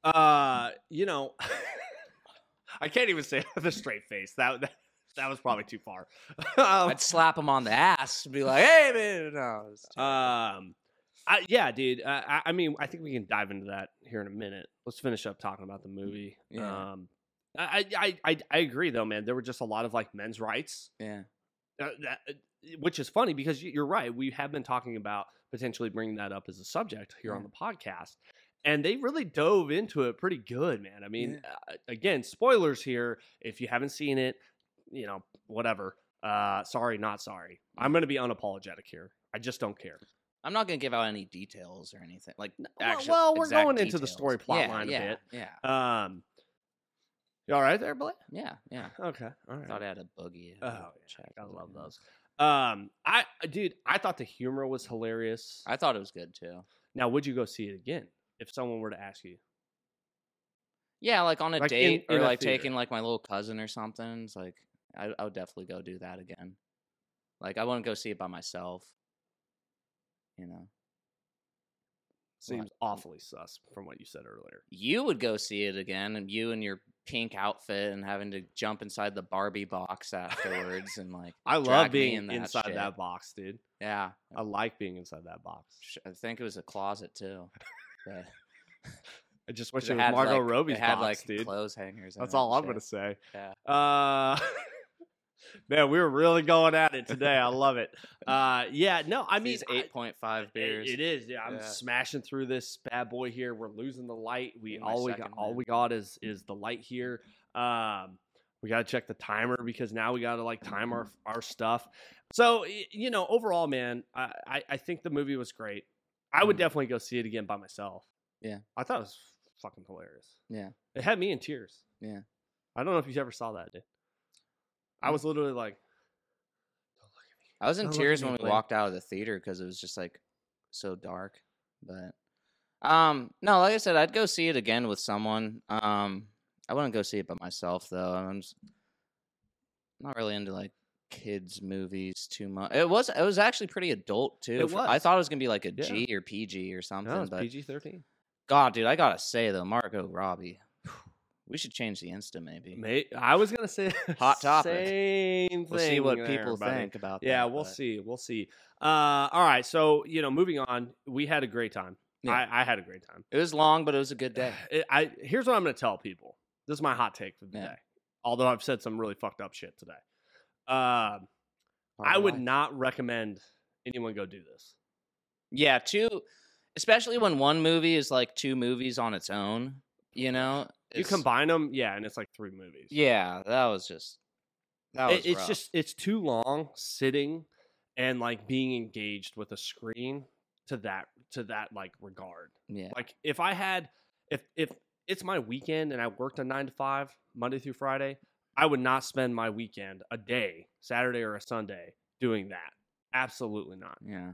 [SPEAKER 1] Uh, you know, I can't even say it with a straight face. That that, that was probably too far. um,
[SPEAKER 2] I'd slap him on the ass and be like, hey, man. No, it's too-
[SPEAKER 1] um, I, yeah, dude. I, I- I mean, I think we can dive into that here in a minute. Let's finish up talking about the movie.
[SPEAKER 2] Yeah.
[SPEAKER 1] Um, I, I I I agree though, man. There were just a lot of like men's rights
[SPEAKER 2] yeah.
[SPEAKER 1] uh, that, uh, which is funny because y- you're right. We have been talking about potentially bringing that up as a subject here on
[SPEAKER 2] Yeah.
[SPEAKER 1] the podcast, and they really dove into it pretty good, man. I mean, uh, again, spoilers here. If you haven't seen it, you know, whatever. Uh, sorry, not sorry. I'm going to be unapologetic here. I just don't care.
[SPEAKER 2] I'm not going to give out any details or anything. Like,
[SPEAKER 1] well-
[SPEAKER 2] actual,
[SPEAKER 1] well, we're
[SPEAKER 2] exact
[SPEAKER 1] going into the
[SPEAKER 2] details.
[SPEAKER 1] story plot
[SPEAKER 2] Yeah,
[SPEAKER 1] line a
[SPEAKER 2] yeah,
[SPEAKER 1] bit.
[SPEAKER 2] Yeah.
[SPEAKER 1] Um, you all right there, Blake?
[SPEAKER 2] Yeah. Yeah.
[SPEAKER 1] Okay, all
[SPEAKER 2] I
[SPEAKER 1] right.
[SPEAKER 2] thought I had a boogie.
[SPEAKER 1] Oh,
[SPEAKER 2] had to
[SPEAKER 1] yeah,
[SPEAKER 2] check.
[SPEAKER 1] I
[SPEAKER 2] was
[SPEAKER 1] love
[SPEAKER 2] like, "Oh."
[SPEAKER 1] those. Um, I dude, I thought the humor was hilarious.
[SPEAKER 2] I thought it was good too.
[SPEAKER 1] Now, would you go see it again if someone were to ask you?
[SPEAKER 2] Yeah, like on a
[SPEAKER 1] Like, in-
[SPEAKER 2] date
[SPEAKER 1] in
[SPEAKER 2] or
[SPEAKER 1] a
[SPEAKER 2] like
[SPEAKER 1] theater.
[SPEAKER 2] taking like my little cousin or something. It's like I, I would definitely go do that again. Like I wouldn't go see it by myself. You know,
[SPEAKER 1] Seems awfully sus from what you said earlier.
[SPEAKER 2] you would go see it again, and you and your pink outfit and having to jump inside the Barbie box afterwards, and like
[SPEAKER 1] I love
[SPEAKER 2] Drag me
[SPEAKER 1] being
[SPEAKER 2] in that
[SPEAKER 1] inside
[SPEAKER 2] shit.
[SPEAKER 1] that box, dude.
[SPEAKER 2] yeah,
[SPEAKER 1] I like being inside that box.
[SPEAKER 2] sh- I think it was a closet too. But
[SPEAKER 1] I just
[SPEAKER 2] 'cause
[SPEAKER 1] wish it, was Margot
[SPEAKER 2] like,
[SPEAKER 1] Robbie's
[SPEAKER 2] it had
[SPEAKER 1] box,
[SPEAKER 2] like
[SPEAKER 1] dude.
[SPEAKER 2] clothes hangers. in
[SPEAKER 1] That's
[SPEAKER 2] it
[SPEAKER 1] all
[SPEAKER 2] and
[SPEAKER 1] I'm gonna
[SPEAKER 2] shit.
[SPEAKER 1] say.
[SPEAKER 2] Yeah.
[SPEAKER 1] Uh, Man, we were really going at it today. I love it. Uh, yeah, no, I mean,
[SPEAKER 2] These
[SPEAKER 1] I- Eh,
[SPEAKER 2] 8.5 beers.
[SPEAKER 1] It is. Yeah, I'm
[SPEAKER 2] Yeah.
[SPEAKER 1] smashing through this bad boy here. We're losing the light. We
[SPEAKER 2] Need my
[SPEAKER 1] all we got,
[SPEAKER 2] second,
[SPEAKER 1] all
[SPEAKER 2] man.
[SPEAKER 1] we got is is the light here. Um, we gotta check the timer because now we gotta like time our our stuff. So y- you know, overall, man, I I, I think the movie was great. I would
[SPEAKER 2] Mhm.
[SPEAKER 1] definitely go see it again by myself.
[SPEAKER 2] Yeah.
[SPEAKER 1] I thought it was fucking hilarious.
[SPEAKER 2] Yeah.
[SPEAKER 1] it had me in tears.
[SPEAKER 2] Yeah.
[SPEAKER 1] I don't know if you ever saw that. Dude. I
[SPEAKER 2] Mm.
[SPEAKER 1] was literally like,
[SPEAKER 2] I was
[SPEAKER 1] I
[SPEAKER 2] in
[SPEAKER 1] love
[SPEAKER 2] tears
[SPEAKER 1] when
[SPEAKER 2] when
[SPEAKER 1] you
[SPEAKER 2] we
[SPEAKER 1] play.
[SPEAKER 2] walked out of the theater because it was just like so dark. But um, no, like I said, I'd go see it again with someone. Um, I wouldn't go see it by myself though. I'm just not really into like kids movies too much. It was it was actually pretty adult too.
[SPEAKER 1] It
[SPEAKER 2] for- I
[SPEAKER 1] was.
[SPEAKER 2] thought it was gonna be like a
[SPEAKER 1] Yeah.
[SPEAKER 2] G or PG or something.
[SPEAKER 1] no, "Oh, it's
[SPEAKER 2] but
[SPEAKER 1] PG-13.
[SPEAKER 2] God, dude, I gotta say though, Margot Robbie, we should change the Insta maybe.
[SPEAKER 1] May- I was gonna say
[SPEAKER 2] Hot topic.
[SPEAKER 1] Same thing.
[SPEAKER 2] We'll see what
[SPEAKER 1] there,
[SPEAKER 2] people
[SPEAKER 1] buddy.
[SPEAKER 2] think about.
[SPEAKER 1] Yeah,
[SPEAKER 2] that,
[SPEAKER 1] we'll
[SPEAKER 2] but-
[SPEAKER 1] see. We'll see. Uh, all right. So you know, moving on. We had a great time.
[SPEAKER 2] Yeah.
[SPEAKER 1] I, I had a great time.
[SPEAKER 2] It was long, but it was a good day.
[SPEAKER 1] It- I here's what I'm gonna tell people. This is my hot take for the
[SPEAKER 2] Yeah.
[SPEAKER 1] day. Although I've said some really fucked up shit today. Um, I would
[SPEAKER 2] not.
[SPEAKER 1] not recommend anyone go do this.
[SPEAKER 2] Yeah, two, especially when one movie is like two movies on its own. You know,
[SPEAKER 1] You
[SPEAKER 2] It's-
[SPEAKER 1] combine them, yeah, and it's like three movies.
[SPEAKER 2] Yeah, that was just that
[SPEAKER 1] It-
[SPEAKER 2] was.
[SPEAKER 1] it's
[SPEAKER 2] rough.
[SPEAKER 1] just it's too long sitting and like being engaged with a screen to that to that like regard.
[SPEAKER 2] yeah,
[SPEAKER 1] Like if I had if if it's my weekend and I worked a 9 to 5 Monday through Friday, I would not spend my weekend a day, Saturday or a Sunday doing that. Absolutely not.
[SPEAKER 2] yeah.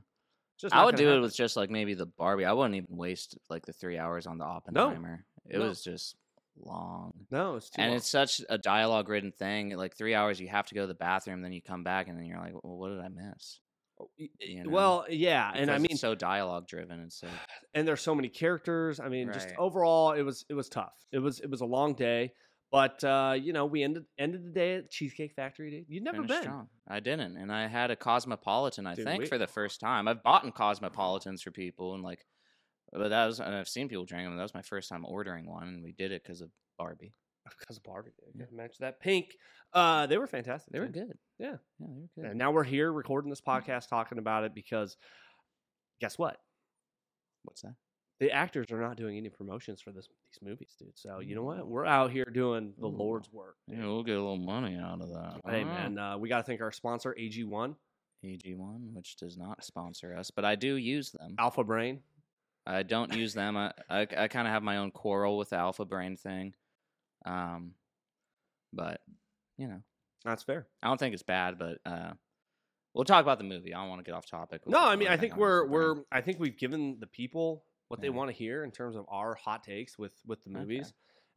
[SPEAKER 1] It's Just
[SPEAKER 2] I
[SPEAKER 1] not
[SPEAKER 2] would
[SPEAKER 1] gonna
[SPEAKER 2] do it
[SPEAKER 1] happen.
[SPEAKER 2] with just like maybe the Barbie. I wouldn't even waste like the three hours on the Oppenheimer. It
[SPEAKER 1] no.
[SPEAKER 2] was just long.
[SPEAKER 1] No, it's too
[SPEAKER 2] and
[SPEAKER 1] long.
[SPEAKER 2] it's such a dialogue ridden thing. Like three hours, you have to go to the bathroom, then you come back, and then you're like, well, what did I miss?
[SPEAKER 1] Y- y-
[SPEAKER 2] you know,
[SPEAKER 1] well, yeah, and I
[SPEAKER 2] Because
[SPEAKER 1] mean
[SPEAKER 2] it's so dialogue driven. It's so
[SPEAKER 1] and there's so many characters. I mean, just
[SPEAKER 2] Right.
[SPEAKER 1] overall, it was it was tough. It was it was a long day, but uh, you know, we ended ended the day at Cheesecake Factory. Dude, you've never
[SPEAKER 2] finished
[SPEAKER 1] been.
[SPEAKER 2] strong. I didn't, and I had a Cosmopolitan. I
[SPEAKER 1] Dude,
[SPEAKER 2] think
[SPEAKER 1] we-
[SPEAKER 2] for the first time, I've bought in Cosmopolitans for people, and like, but that was, and I've seen people drink them. That was my first time ordering one, and we did it because of Barbie.
[SPEAKER 1] Because Oh, Barbie, dude,
[SPEAKER 2] Yeah.
[SPEAKER 1] match that pink. Uh, they were fantastic.
[SPEAKER 2] They were
[SPEAKER 1] dude.
[SPEAKER 2] good.
[SPEAKER 1] Yeah.
[SPEAKER 2] yeah, Mm-hmm. they were good.
[SPEAKER 1] And now we're here recording this podcast talking about it because guess what?
[SPEAKER 2] What's that?
[SPEAKER 1] The actors are not doing any promotions for this these movies, dude. So you know what?
[SPEAKER 2] Mm.
[SPEAKER 1] We're out here doing the
[SPEAKER 2] Ooh.
[SPEAKER 1] Lord's work. dude.
[SPEAKER 2] Yeah, we'll get a little money out of that.
[SPEAKER 1] Hey man, uh, we got to thank our sponsor AG1
[SPEAKER 2] EG One, which does not sponsor us, but I do use them.
[SPEAKER 1] Alpha Brain.
[SPEAKER 2] I don't use them. I I, I kind of have my own quarrel with the Alpha Brain thing, um, but you know.
[SPEAKER 1] That's fair.
[SPEAKER 2] I don't think it's bad, but uh, we'll talk about the movie. I don't want to get off topic. with
[SPEAKER 1] No,
[SPEAKER 2] the
[SPEAKER 1] I mean,
[SPEAKER 2] Lord
[SPEAKER 1] I think
[SPEAKER 2] Hang On
[SPEAKER 1] we're
[SPEAKER 2] Alpha Brain.
[SPEAKER 1] we're I think we've given the people what they
[SPEAKER 2] Yeah.
[SPEAKER 1] want to hear in terms of our hot takes with with the
[SPEAKER 2] Mm-hmm. Okay.
[SPEAKER 1] movies,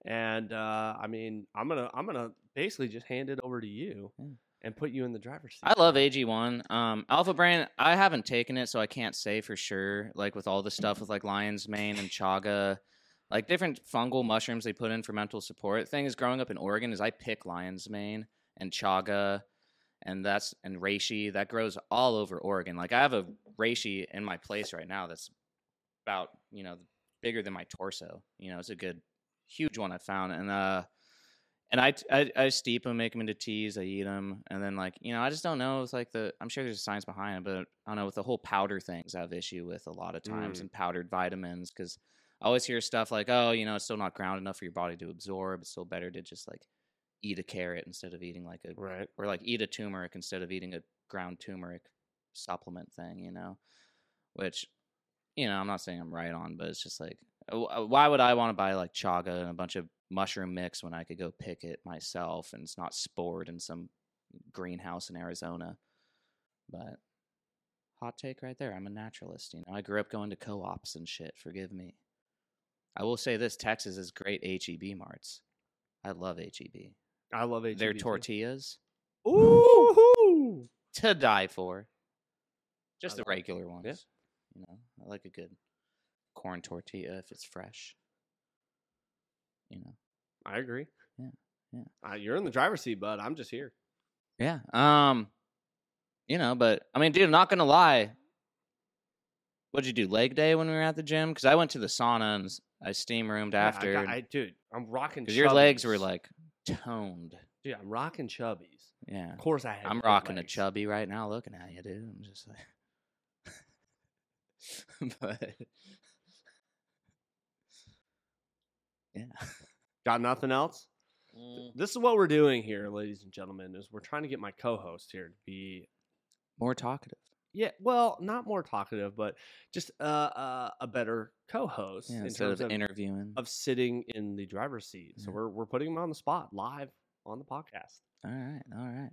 [SPEAKER 1] and uh, I mean, I'm gonna I'm gonna basically just hand it over to you
[SPEAKER 2] Yeah.
[SPEAKER 1] and put you in the driver's seat.
[SPEAKER 2] I love AG one. Um, Alpha Brain. I haven't taken it, so I can't say for sure. Like with all the stuff with like lion's mane and chaga, like different fungal mushrooms they put in for mental support. Thing is, growing up in Oregon, is I pick lion's mane and chaga, and that's and reishi that grows all over Oregon. Like I have a reishi in my place right now that's about you know bigger than my torso. You know, it's a good huge one I found, and uh, and I, t- I I steep them, make them into teas. I eat them, and then like you know, I just don't know. It's like the I'm sure there's science behind it, but I don't know with the whole powder things I have issue with a lot of times
[SPEAKER 1] Mm.
[SPEAKER 2] and powdered vitamins because I always hear stuff like, oh, you know, it's still not ground enough for your body to absorb. It's still better to just like eat a carrot instead of eating like a
[SPEAKER 1] Right.
[SPEAKER 2] or like eat a turmeric instead of eating a ground turmeric supplement thing, you know, which, you know, I'm not saying I'm right on, but it's just like, uh, wh- uh, why would I want to buy like chaga and a bunch of mushroom mix when I could go pick it myself and it's not spored in some greenhouse in Arizona? But hot take right there. I'm a naturalist, you know. I grew up going to co-ops and shit. Forgive me. I will say this: Texas has great HEB marts. I love HEB.
[SPEAKER 1] I love E AG.
[SPEAKER 2] Their tortillas
[SPEAKER 1] Ooh.
[SPEAKER 2] to die for. Just the
[SPEAKER 1] love it.
[SPEAKER 2] regular ones. You know, I like a good corn tortilla if it's fresh. You know.
[SPEAKER 1] I agree.
[SPEAKER 2] Yeah, yeah.
[SPEAKER 1] Uh, you're in the driver's seat, bud. I'm just here.
[SPEAKER 2] Yeah. Um you know, but I mean, dude, I'm not gonna lie. What'd you do? Leg day when we were at the gym? Because I went to the sauna and s- I steam roomed
[SPEAKER 1] Yeah, I
[SPEAKER 2] after.
[SPEAKER 1] got- I, dude, I'm rocking.
[SPEAKER 2] Because your legs were
[SPEAKER 1] Chubbies.
[SPEAKER 2] like toned.
[SPEAKER 1] dude, I'm rocking chubbies.
[SPEAKER 2] Yeah.
[SPEAKER 1] Of course, I had.
[SPEAKER 2] I'm
[SPEAKER 1] good
[SPEAKER 2] rocking a
[SPEAKER 1] legs.
[SPEAKER 2] chubby right now looking at you, dude. I'm just like But Yeah.
[SPEAKER 1] Got nothing else.
[SPEAKER 2] Mm.
[SPEAKER 1] This is what we're doing here, ladies and gentlemen. Is we're trying to get my co-host here to be
[SPEAKER 2] More talkative.
[SPEAKER 1] Yeah, well, not more talkative, but just uh, uh, a better co-host
[SPEAKER 2] Yeah,
[SPEAKER 1] in
[SPEAKER 2] instead
[SPEAKER 1] terms
[SPEAKER 2] of,
[SPEAKER 1] of,
[SPEAKER 2] interviewing.
[SPEAKER 1] of sitting in the driver's seat. So
[SPEAKER 2] Yeah.
[SPEAKER 1] we're we're putting him on the spot live on the podcast.
[SPEAKER 2] all right, all right.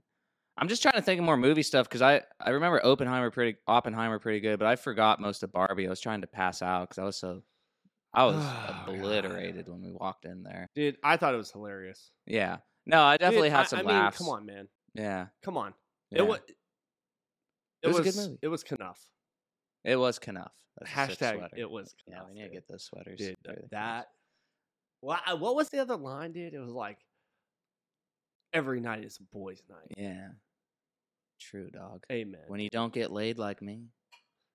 [SPEAKER 2] I'm just trying to think of more movie stuff because I, I remember Oppenheimer pretty Oppenheimer pretty good, but I forgot most of Barbie. I was trying to pass out because I was so I was
[SPEAKER 1] Oh, God.
[SPEAKER 2] obliterated when we walked in there.
[SPEAKER 1] Dude, I thought it was hilarious.
[SPEAKER 2] Yeah, no, I
[SPEAKER 1] Dude,
[SPEAKER 2] definitely
[SPEAKER 1] I-
[SPEAKER 2] had some
[SPEAKER 1] I mean,
[SPEAKER 2] laughs.
[SPEAKER 1] come on, man.
[SPEAKER 2] yeah,
[SPEAKER 1] Come on.
[SPEAKER 2] yeah.
[SPEAKER 1] It was it
[SPEAKER 2] was
[SPEAKER 1] was
[SPEAKER 2] a good movie.
[SPEAKER 1] It was Knuff.
[SPEAKER 2] It was Knuff. That's a sick
[SPEAKER 1] Hashtag
[SPEAKER 2] sweater.
[SPEAKER 1] it was
[SPEAKER 2] Yeah,
[SPEAKER 1] Knuff,
[SPEAKER 2] we need to
[SPEAKER 1] dude.
[SPEAKER 2] get those sweaters.
[SPEAKER 1] Dude,
[SPEAKER 2] They're the
[SPEAKER 1] that well, I, what was the other line, dude? It was like every night is a boys' night.
[SPEAKER 2] coolest. Yeah. True, dog.
[SPEAKER 1] Amen.
[SPEAKER 2] When you don't get laid like me.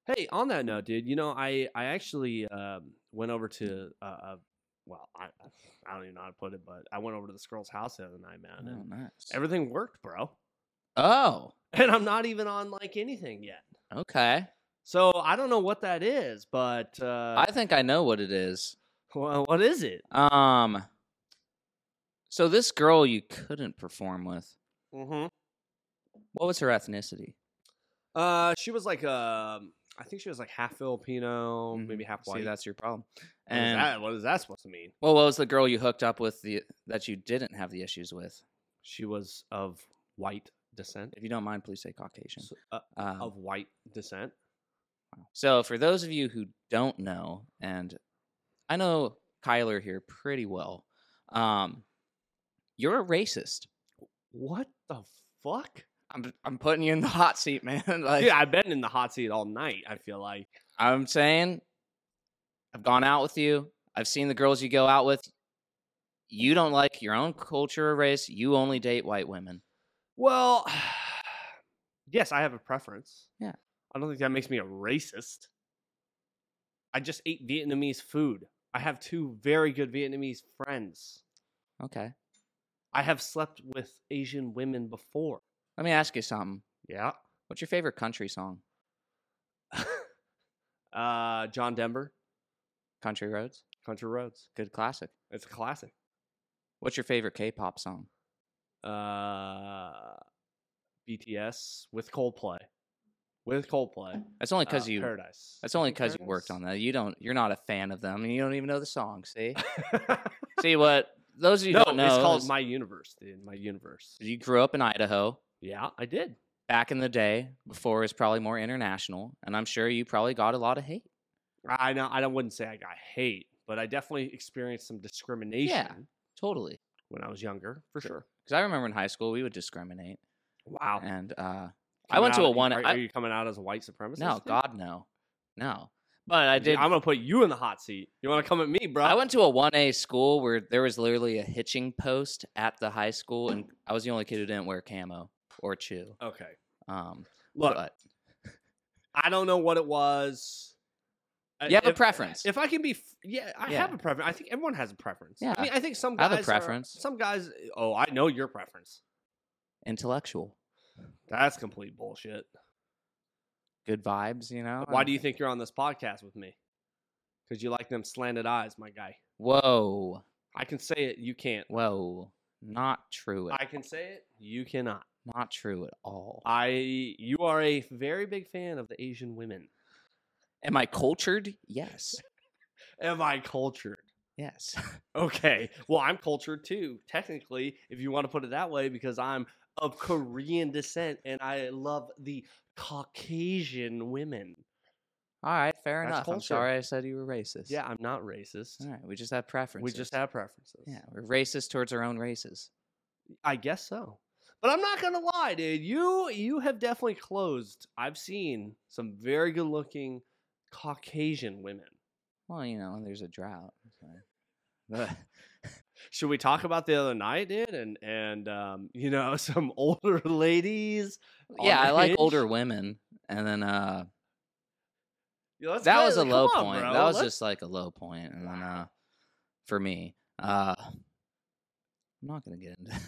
[SPEAKER 1] Hey, on that note, dude, you know, I I actually um, went over to uh, uh, well, I I don't even know how to put it, but I went over to this girl's house the other night,
[SPEAKER 2] Oh,
[SPEAKER 1] man, and
[SPEAKER 2] nice.
[SPEAKER 1] everything worked, bro.
[SPEAKER 2] oh,
[SPEAKER 1] And I'm not even on like anything yet,
[SPEAKER 2] okay.
[SPEAKER 1] so I don't know what that is, but uh,
[SPEAKER 2] I think I know what it is.
[SPEAKER 1] well, what is it?
[SPEAKER 2] Um. So this girl you couldn't perform with.
[SPEAKER 1] Mm-hmm.
[SPEAKER 2] What was her ethnicity?
[SPEAKER 1] Uh, she was like um, I think she was like half Filipino,
[SPEAKER 2] Mhm.
[SPEAKER 1] maybe half white.
[SPEAKER 2] See, that's your problem.
[SPEAKER 1] What is
[SPEAKER 2] And
[SPEAKER 1] that- what is that supposed to mean?
[SPEAKER 2] well, what was the girl you hooked up with the that you didn't have the issues with?
[SPEAKER 1] She was of white descent,
[SPEAKER 2] If you don't mind, please say Caucasian.
[SPEAKER 1] So- uh,
[SPEAKER 2] Um,
[SPEAKER 1] of white descent.
[SPEAKER 2] So, for those of you who don't know, and I know Kyler here pretty well, um, you're a racist.
[SPEAKER 1] What the fuck?
[SPEAKER 2] I'm, I'm putting you in the hot seat, man. like,
[SPEAKER 1] Dude, I've been in the hot seat all night. I feel like
[SPEAKER 2] I'm saying, I've gone out with you. I've seen the girls you go out with. You don't like your own culture or race. You only date white women.
[SPEAKER 1] Well, yes, I have a preference.
[SPEAKER 2] Yeah.
[SPEAKER 1] I don't think that makes me a racist. I just ate Vietnamese food. I have two very good Vietnamese friends.
[SPEAKER 2] Okay.
[SPEAKER 1] I have slept with Asian women before.
[SPEAKER 2] Let me ask you something.
[SPEAKER 1] Yeah.
[SPEAKER 2] What's your favorite country song?
[SPEAKER 1] uh, John Denver,
[SPEAKER 2] Country Roads?
[SPEAKER 1] Country Roads.
[SPEAKER 2] Good classic.
[SPEAKER 1] It's a classic.
[SPEAKER 2] What's your favorite K pop song?
[SPEAKER 1] Uh, BTS with Coldplay. With Coldplay.
[SPEAKER 2] That's only
[SPEAKER 1] uh,
[SPEAKER 2] because you
[SPEAKER 1] Paradise.
[SPEAKER 2] That's only
[SPEAKER 1] Is it
[SPEAKER 2] because you worked
[SPEAKER 1] Paradise?
[SPEAKER 2] on that. You don't. You're not a fan of them, and you don't even know the song. See, see what those of you
[SPEAKER 1] no,
[SPEAKER 2] who don't know.
[SPEAKER 1] it's called
[SPEAKER 2] is
[SPEAKER 1] My Universe, dude. My Universe.
[SPEAKER 2] You grew up in Idaho
[SPEAKER 1] Yeah, I did.
[SPEAKER 2] back in the day. Before it was probably more international, and I'm sure you probably got a lot of hate.
[SPEAKER 1] I I know. I don't- wouldn't say I got hate, but I definitely experienced some discrimination
[SPEAKER 2] Totally,
[SPEAKER 1] when I was younger, for sure.
[SPEAKER 2] because I remember in high school we would discriminate,
[SPEAKER 1] Wow.
[SPEAKER 2] and uh, I
[SPEAKER 1] Coming
[SPEAKER 2] went to
[SPEAKER 1] out-
[SPEAKER 2] a one.
[SPEAKER 1] Are,
[SPEAKER 2] I-
[SPEAKER 1] are you coming out as a white supremacist?
[SPEAKER 2] no,
[SPEAKER 1] dude?
[SPEAKER 2] God no, no. But I
[SPEAKER 1] Dude,
[SPEAKER 2] did.
[SPEAKER 1] I'm gonna put you in the hot seat. You want to come at me, bro?
[SPEAKER 2] I went to a one A school where there was literally a hitching post at the high school, and I was the only kid who didn't wear camo or chew.
[SPEAKER 1] Okay.
[SPEAKER 2] Um,
[SPEAKER 1] Look,
[SPEAKER 2] but
[SPEAKER 1] I don't know what it was. I-
[SPEAKER 2] you have a
[SPEAKER 1] if-
[SPEAKER 2] preference.
[SPEAKER 1] If I can be, f- yeah, I
[SPEAKER 2] Yeah.
[SPEAKER 1] have a preference. I think everyone has a preference.
[SPEAKER 2] Yeah.
[SPEAKER 1] I mean, I think some
[SPEAKER 2] I
[SPEAKER 1] guys
[SPEAKER 2] have a
[SPEAKER 1] are-
[SPEAKER 2] preference.
[SPEAKER 1] some guys, oh, I know your preference.
[SPEAKER 2] intellectual,
[SPEAKER 1] That's complete bullshit.
[SPEAKER 2] good vibes, you know.
[SPEAKER 1] Why do you think you're on this podcast with me? Because you like them slanted eyes, my guy.
[SPEAKER 2] Whoa,
[SPEAKER 1] I can say it. You can't.
[SPEAKER 2] whoa, not true. At,
[SPEAKER 1] I can say it. You cannot.
[SPEAKER 2] not true at all.
[SPEAKER 1] I. You are a very big fan of the Asian women.
[SPEAKER 2] Am I cultured? Yes,
[SPEAKER 1] Am I cultured?
[SPEAKER 2] yes.
[SPEAKER 1] Okay. Well, I'm cultured too, technically, if you want to put it that way, because I'm of Korean descent and I love the Caucasian women.
[SPEAKER 2] All right, fair
[SPEAKER 1] That's
[SPEAKER 2] enough. I'm
[SPEAKER 1] culture.
[SPEAKER 2] sorry I said you were racist.
[SPEAKER 1] Yeah, I'm not racist.
[SPEAKER 2] All right, we just have preferences.
[SPEAKER 1] We just have preferences.
[SPEAKER 2] Yeah, we're racist towards our own races.
[SPEAKER 1] I guess so. But I'm not gonna lie, dude. You you have definitely closed. I've seen some very good looking Caucasian women.
[SPEAKER 2] Well, you know, there's a drought. so. But
[SPEAKER 1] Should we talk about the other night, dude? And and um, you know, some older ladies. on
[SPEAKER 2] yeah, I like
[SPEAKER 1] edge?
[SPEAKER 2] older women. And then uh,
[SPEAKER 1] You know, that's
[SPEAKER 2] that
[SPEAKER 1] kinda
[SPEAKER 2] was a
[SPEAKER 1] like,
[SPEAKER 2] low
[SPEAKER 1] come on,
[SPEAKER 2] point.
[SPEAKER 1] bro,
[SPEAKER 2] that was
[SPEAKER 1] let's-
[SPEAKER 2] just like a low point, and then uh, for me, uh, I'm not gonna get into.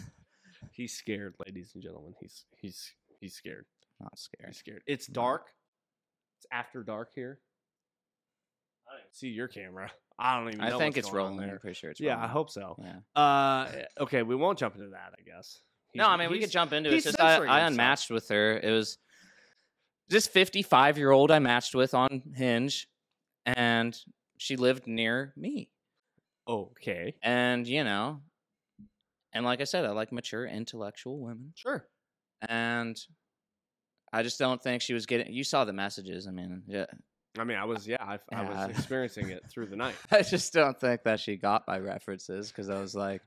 [SPEAKER 1] He's scared, ladies and gentlemen. He's he's he's scared.
[SPEAKER 2] Not scared.
[SPEAKER 1] He's scared.
[SPEAKER 2] Mm-hmm.
[SPEAKER 1] It's dark. It's after dark here. I don't even see your camera. I don't even.
[SPEAKER 2] I
[SPEAKER 1] know
[SPEAKER 2] think
[SPEAKER 1] what's
[SPEAKER 2] it's
[SPEAKER 1] going on
[SPEAKER 2] rolling. I'm
[SPEAKER 1] there.
[SPEAKER 2] pretty sure it's
[SPEAKER 1] Yeah, I
[SPEAKER 2] rolling.
[SPEAKER 1] hope so.
[SPEAKER 2] Yeah.
[SPEAKER 1] Uh, okay, we won't jump into that. I guess.
[SPEAKER 2] no,
[SPEAKER 1] He's-
[SPEAKER 2] I mean we
[SPEAKER 1] he's-
[SPEAKER 2] could jump into it.
[SPEAKER 1] he's
[SPEAKER 2] It's Just I,
[SPEAKER 1] censoring
[SPEAKER 2] I
[SPEAKER 1] himself.
[SPEAKER 2] unmatched with her. It was this fifty-five year old I matched with on Hinge, and she lived near me.
[SPEAKER 1] Okay.
[SPEAKER 2] And you know, and like I said, I like mature, intellectual women,
[SPEAKER 1] Sure.
[SPEAKER 2] and I just don't think she was getting. You saw the messages. I mean, yeah,
[SPEAKER 1] I mean, I was yeah, I, I
[SPEAKER 2] Yeah.
[SPEAKER 1] was experiencing it through the night.
[SPEAKER 2] I just don't think that she got my references because I was like,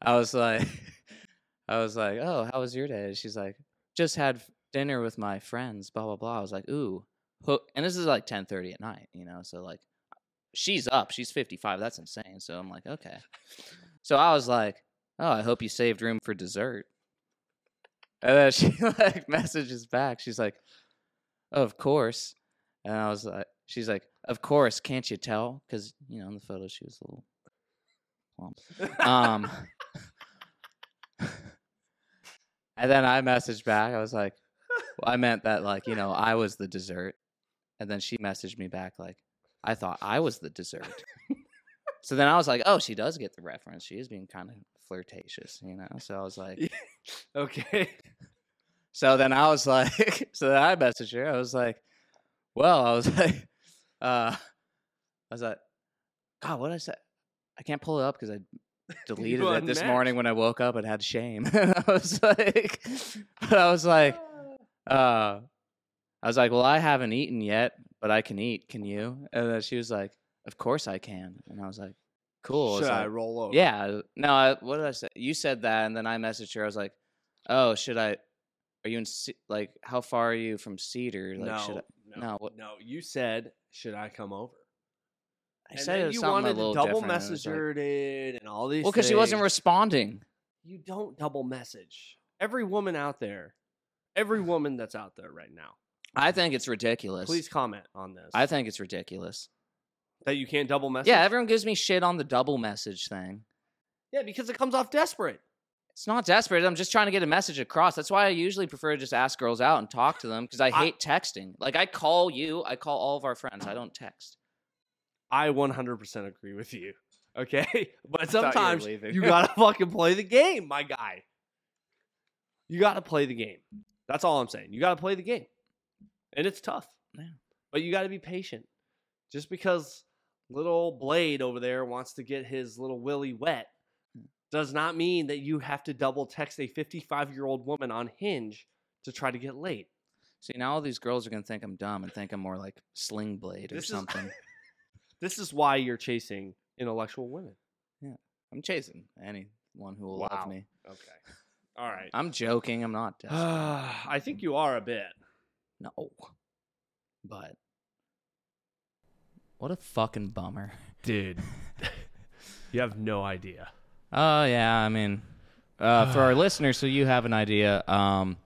[SPEAKER 2] I was like, I was like, oh, how was your day? She's like, just had f- dinner with my friends, blah blah blah. I was like, ooh, ho-. and this is like ten thirty at night, you know, so like, she's up, she's fifty five, that's insane. So I'm like, okay, so I was like, oh, I hope you saved room for dessert. And then she like messages back. She's like, of course. And I was like, she's like, of course, can't you tell? Because, you know, in the photo, she was a little plump. Um, and then I messaged back. I was like, well, I meant that, like, you know, I was the dessert. And then she messaged me back, like, I thought I was the dessert. so then I was like, oh, she does get the reference. She is being kind of flirtatious, you know? So I was like,
[SPEAKER 1] okay.
[SPEAKER 2] so then I was like, so then I messaged her. I was like, well, I was like, uh, I was like, God, what did I say? I can't pull it up because I deleted it this
[SPEAKER 1] unmatched.
[SPEAKER 2] morning when I woke up and had shame. And I was like, but I was like,
[SPEAKER 1] Oh.
[SPEAKER 2] uh, I was like, well, I haven't eaten yet, but I can eat. Can you? And then she was like, of course I can. And I was like, cool. I was
[SPEAKER 1] Should I
[SPEAKER 2] like,
[SPEAKER 1] roll over?
[SPEAKER 2] yeah. No, I, what did I say? You said that, and then I messaged her. I was like, "Oh, should I? Are you in Ce- like how far are you from Cedar? Like,
[SPEAKER 1] no,
[SPEAKER 2] should I?"
[SPEAKER 1] no,
[SPEAKER 2] no,
[SPEAKER 1] no,
[SPEAKER 2] what-
[SPEAKER 1] You said, should I come over?
[SPEAKER 2] I
[SPEAKER 1] And
[SPEAKER 2] said
[SPEAKER 1] then
[SPEAKER 2] it was
[SPEAKER 1] you
[SPEAKER 2] something
[SPEAKER 1] wanted
[SPEAKER 2] a little
[SPEAKER 1] to double
[SPEAKER 2] different, and it was
[SPEAKER 1] message
[SPEAKER 2] like-
[SPEAKER 1] her dude, and all these.
[SPEAKER 2] well, because she wasn't
[SPEAKER 1] things.
[SPEAKER 2] responding.
[SPEAKER 1] you don't double message. Every woman out there, every woman that's out there right now,
[SPEAKER 2] I think it's ridiculous.
[SPEAKER 1] please comment on this.
[SPEAKER 2] I think it's ridiculous.
[SPEAKER 1] that you can't double message.
[SPEAKER 2] Yeah, everyone gives me shit on the double message thing.
[SPEAKER 1] yeah, because it comes off desperate.
[SPEAKER 2] It's not desperate. I'm just trying to get a message across. That's why I usually prefer to just ask girls out and talk to them because I
[SPEAKER 1] I-
[SPEAKER 2] hate texting. Like I call you, I call all of our friends. I don't text.
[SPEAKER 1] I 100% agree with you. Okay, but
[SPEAKER 2] thought you were
[SPEAKER 1] sometimes you,
[SPEAKER 2] leaving.
[SPEAKER 1] gotta fucking play the game, my guy. You gotta play the game. That's all I'm saying. You gotta play the game, and it's tough.
[SPEAKER 2] Yeah.
[SPEAKER 1] But you gotta be patient. Just because little Blade over there wants to get his little willy wet does not mean that you have to double text a 55 year old woman on Hinge to try to get laid.
[SPEAKER 2] See, now all these girls are gonna think I'm dumb and think I'm more like Sling Blade or
[SPEAKER 1] This is-
[SPEAKER 2] something.
[SPEAKER 1] This is why you're chasing intellectual women.
[SPEAKER 2] I'm chasing anyone who will
[SPEAKER 1] Wow.
[SPEAKER 2] love me.
[SPEAKER 1] Okay. All right.
[SPEAKER 2] I'm joking. I'm not. desperate.
[SPEAKER 1] I think you are a bit.
[SPEAKER 2] no, but what a fucking bummer.
[SPEAKER 1] Dude, you have no idea.
[SPEAKER 2] Oh yeah, I mean, uh, for our listeners, so you have an idea. Um,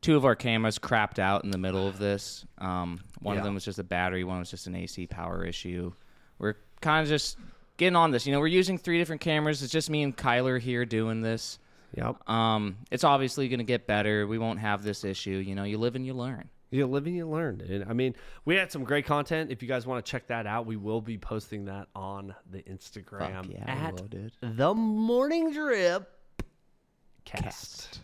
[SPEAKER 2] two of our cameras crapped out in the middle of this. Um, one of
[SPEAKER 1] Yeah.
[SPEAKER 2] them was just a battery. One was just an AC power issue. We're kind of just getting on this. You know, we're using three different cameras. It's just me and Kyler here doing this.
[SPEAKER 1] Yep.
[SPEAKER 2] Um, it's obviously going to get better. We won't have this issue. You know, you live and you learn.
[SPEAKER 1] You live and you learn, dude. I mean, we had some great content. If you guys want to check that out, we will be posting that on the Instagram
[SPEAKER 2] yeah, we
[SPEAKER 1] at
[SPEAKER 2] will, dude.
[SPEAKER 1] the Morning Drip Cast.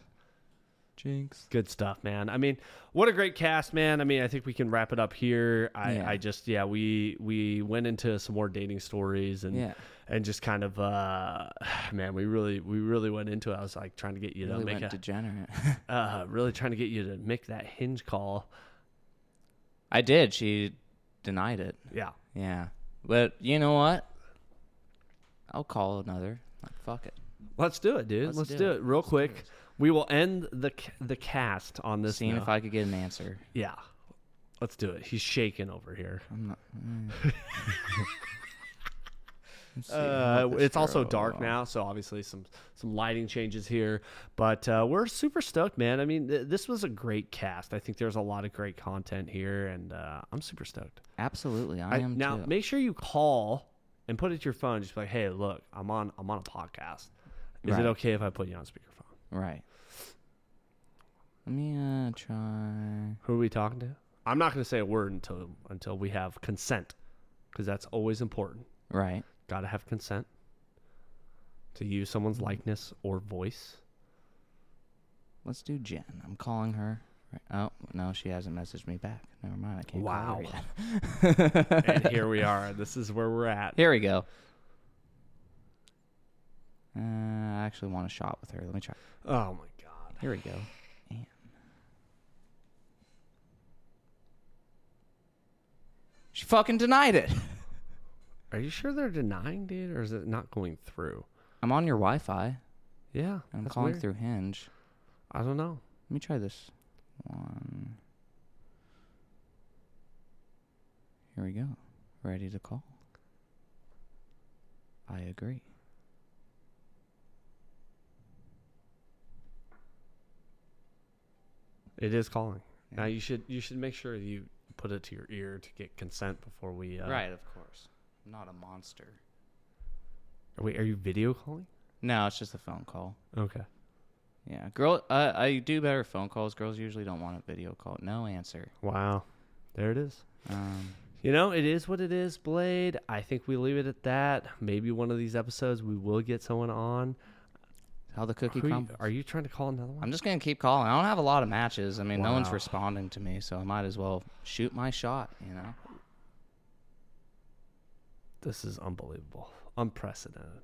[SPEAKER 2] Jinx.
[SPEAKER 1] Good stuff, man. I mean, what a great cast, man. I mean, I think we can wrap it up here. I,
[SPEAKER 2] Yeah.
[SPEAKER 1] I just, yeah, we we went into some more dating stories and
[SPEAKER 2] Yeah.
[SPEAKER 1] and just kind of, uh man, we really we really went into it. I was like trying to get you
[SPEAKER 2] Really
[SPEAKER 1] to make
[SPEAKER 2] went
[SPEAKER 1] a,
[SPEAKER 2] degenerate.
[SPEAKER 1] uh, really trying to get you to make that hinge call.
[SPEAKER 2] I did. She denied it.
[SPEAKER 1] Yeah.
[SPEAKER 2] Yeah. But you know what? I'll call another. Like, fuck it.
[SPEAKER 1] Let's do it, dude. Let's, do, it, real quick. We will end the c- the cast on this.
[SPEAKER 2] Seeing
[SPEAKER 1] note.
[SPEAKER 2] if I could get an answer.
[SPEAKER 1] yeah. Let's do it. He's shaking over here. Uh, it's also dark now, so obviously some some lighting changes here. But uh, we're super stoked, man. I mean, th- this was a great cast. I think there's a lot of great content here, and uh, I'm super stoked.
[SPEAKER 2] Absolutely. I,
[SPEAKER 1] I,
[SPEAKER 2] am
[SPEAKER 1] now,
[SPEAKER 2] too.
[SPEAKER 1] make sure you call and put it to your phone. Just be like, hey, look, I'm on I'm on a podcast. Is
[SPEAKER 2] Right.
[SPEAKER 1] it okay if I put you on speakerphone?
[SPEAKER 2] Right. Let me uh, try.
[SPEAKER 1] Who are we talking to? I'm not going to say a word until until we have consent, because that's always important.
[SPEAKER 2] Right.
[SPEAKER 1] Got to have consent to use
[SPEAKER 2] Mm-hmm.
[SPEAKER 1] someone's likeness or voice.
[SPEAKER 2] Let's do Jen. I'm calling her. Right. Oh no, she hasn't messaged me back. Never mind. I can't. Call her yet.
[SPEAKER 1] And here we are. This is where we're at.
[SPEAKER 2] Here we go. Uh, I actually want a shot with her. Let me try.
[SPEAKER 1] Oh my god.
[SPEAKER 2] Here we go. And she fucking denied it.
[SPEAKER 1] Are you sure they're denying it, or is it not going through?
[SPEAKER 2] I'm on your Wi-Fi.
[SPEAKER 1] Yeah,
[SPEAKER 2] I'm
[SPEAKER 1] that's
[SPEAKER 2] calling
[SPEAKER 1] weird.
[SPEAKER 2] through Hinge.
[SPEAKER 1] I don't know.
[SPEAKER 2] Let me try this one. Here we go. Ready to call. I agree.
[SPEAKER 1] It is calling. Now
[SPEAKER 2] Yeah.
[SPEAKER 1] you should you should make sure you put it to your ear to get consent before we. Uh,
[SPEAKER 2] Right, of course. I'm not a monster.
[SPEAKER 1] Are we? Are you video calling?
[SPEAKER 2] No, it's just a phone call.
[SPEAKER 1] Okay.
[SPEAKER 2] Yeah, girl, I, I do better phone calls. Girls usually don't want a video call. No answer.
[SPEAKER 1] Wow. There it is.
[SPEAKER 2] Um,
[SPEAKER 1] You know, it is what it is, Blade. I think we leave it at that. Maybe one of these episodes we will get someone on.
[SPEAKER 2] how the cookie
[SPEAKER 1] Who you-
[SPEAKER 2] crumbles.
[SPEAKER 1] are you trying to call another one?
[SPEAKER 2] I'm just gonna keep calling. I don't have a lot of matches. I mean, no one's
[SPEAKER 1] Wow.
[SPEAKER 2] responding to me, so I might as well shoot my shot. You know.
[SPEAKER 1] This is unbelievable. Unprecedented.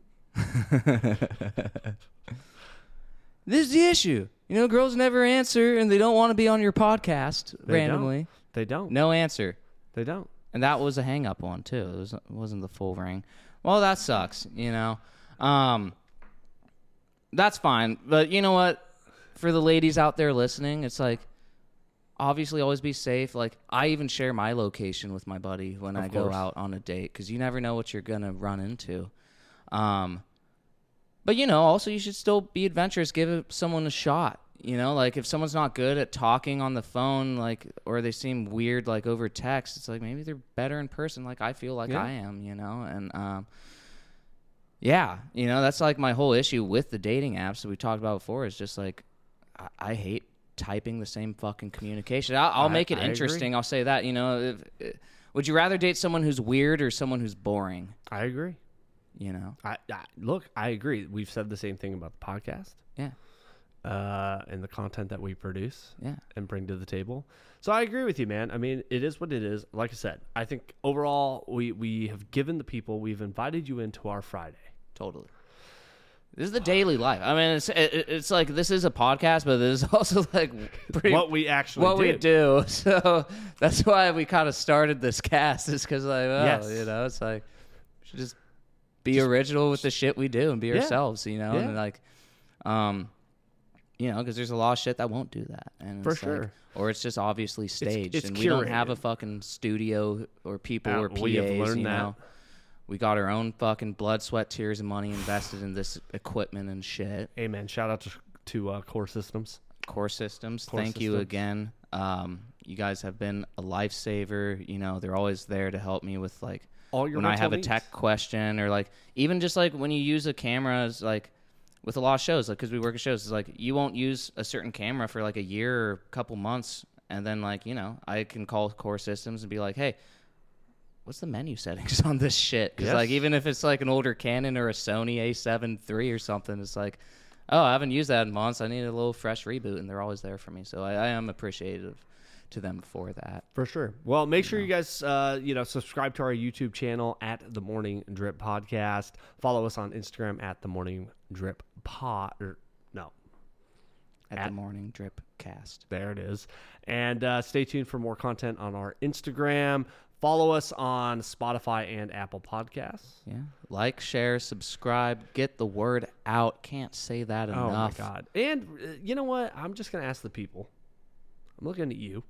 [SPEAKER 2] This is the issue. You know, girls never answer, and they don't want to be on your podcast
[SPEAKER 1] They
[SPEAKER 2] randomly.
[SPEAKER 1] They don't.
[SPEAKER 2] No answer.
[SPEAKER 1] They don't.
[SPEAKER 2] And that was a hang up one too. It was, it wasn't the full ring. Well, that sucks, you know. Um that's fine, but you know what? For the ladies out there listening, it's like obviously always be safe. Like I even share my location with my buddy when I go
[SPEAKER 1] course.
[SPEAKER 2] out on a date cuz you never know what you're going to run into. Um but you know, also you should still be adventurous. Give someone a shot. You know, like if someone's not good at talking on the phone, like or they seem weird, like over text, it's like maybe they're better in person. Like I feel like
[SPEAKER 1] Yeah.
[SPEAKER 2] I am. You know, and um, yeah, you know that's like my whole issue with the dating apps that we talked about before. Is just like I, I hate typing the same fucking communication. I'll, I'll
[SPEAKER 1] I-
[SPEAKER 2] make it
[SPEAKER 1] I agree.
[SPEAKER 2] interesting. I'll say that. You know, if, eh, would you rather date someone who's weird or someone who's boring?
[SPEAKER 1] I agree.
[SPEAKER 2] You know,
[SPEAKER 1] I, I look. I agree. We've said the same thing about the podcast
[SPEAKER 2] yeah,
[SPEAKER 1] uh, and the content that we produce.
[SPEAKER 2] yeah,
[SPEAKER 1] and bring to the table. So I agree with you, man. I mean, it is what it is. Like I said, I think overall we we have given the people we've invited you into our Friday.
[SPEAKER 2] Totally. This is the daily life. I mean, it's it, it- it's like this is a podcast, but this is also like pretty
[SPEAKER 1] what we actually
[SPEAKER 2] what
[SPEAKER 1] do.
[SPEAKER 2] we do. So that's why we kind of started this cast is because like, oh,
[SPEAKER 1] Yes.
[SPEAKER 2] you know, it's like we should just be original with the shit we do and be
[SPEAKER 1] Yeah.
[SPEAKER 2] ourselves, you know,
[SPEAKER 1] Yeah.
[SPEAKER 2] and like, um, you know, because there's a lot of shit that won't do that, and
[SPEAKER 1] For
[SPEAKER 2] it's like-
[SPEAKER 1] sure.
[SPEAKER 2] or it's just obviously staged,
[SPEAKER 1] it's
[SPEAKER 2] and we don't have
[SPEAKER 1] curated.
[SPEAKER 2] a fucking studio or people
[SPEAKER 1] Uh,
[SPEAKER 2] or PAs.
[SPEAKER 1] we have learned
[SPEAKER 2] you
[SPEAKER 1] that.
[SPEAKER 2] know? We got our own fucking blood, sweat, tears, and money invested in this equipment and shit.
[SPEAKER 1] Hey, man! Shout out to, to uh, Core Systems.
[SPEAKER 2] Core Systems,
[SPEAKER 1] Core
[SPEAKER 2] thank you
[SPEAKER 1] Systems.
[SPEAKER 2] again. Um, you guys have been a lifesaver. You know, they're always there to help me with like
[SPEAKER 1] All your
[SPEAKER 2] when I
[SPEAKER 1] rental
[SPEAKER 2] have
[SPEAKER 1] needs.
[SPEAKER 2] a tech question or like even just like when you use a camera is like with a lot of shows like because we work at shows it's like you won't use a certain camera for like a year or a couple months and then like you know I can call Core Systems and be like hey what's the menu settings on this shit? Because like
[SPEAKER 1] Yes.
[SPEAKER 2] even if it's like an older Canon or a Sony A7 III or something, it's like, oh, I haven't used that in months. I need a little fresh reboot, and they're always there for me. So I, I am appreciative to them for that.
[SPEAKER 1] For sure. Well, make sure you guys, uh, you know, subscribe to our YouTube channel at the Morning Drip Podcast. Follow us on Instagram at the Morning Drip Pod. Or, no,
[SPEAKER 2] At,
[SPEAKER 1] At-
[SPEAKER 2] the morning drip cast.
[SPEAKER 1] There it is. And uh, stay tuned for more content on our Instagram. Follow us on Spotify and Apple Podcasts.
[SPEAKER 2] Yeah, like, share, subscribe, get the word out. Can't say that
[SPEAKER 1] Oh
[SPEAKER 2] enough.
[SPEAKER 1] my god! And uh, you know what? I'm just gonna ask the people. I'm looking at you.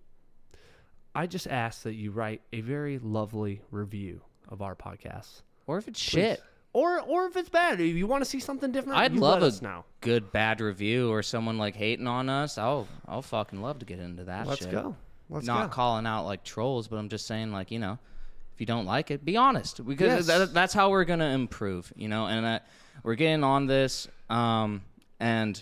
[SPEAKER 1] I just ask that you write a very lovely review of our podcast,
[SPEAKER 2] Or if it's shit,
[SPEAKER 1] or or if it's bad, if you want to see something different,
[SPEAKER 2] I'd
[SPEAKER 1] you
[SPEAKER 2] love
[SPEAKER 1] let
[SPEAKER 2] a
[SPEAKER 1] us know.
[SPEAKER 2] good bad review or someone like hating on us. I'll I'll fucking love to get into that.
[SPEAKER 1] Let's
[SPEAKER 2] shit.
[SPEAKER 1] go. Let's
[SPEAKER 2] not
[SPEAKER 1] go.
[SPEAKER 2] calling out like trolls, but I'm just saying like you know, if you don't like it, be honest
[SPEAKER 1] Yes.
[SPEAKER 2] because that, that's how we're gonna improve. You know, and uh, we're getting on this, um, and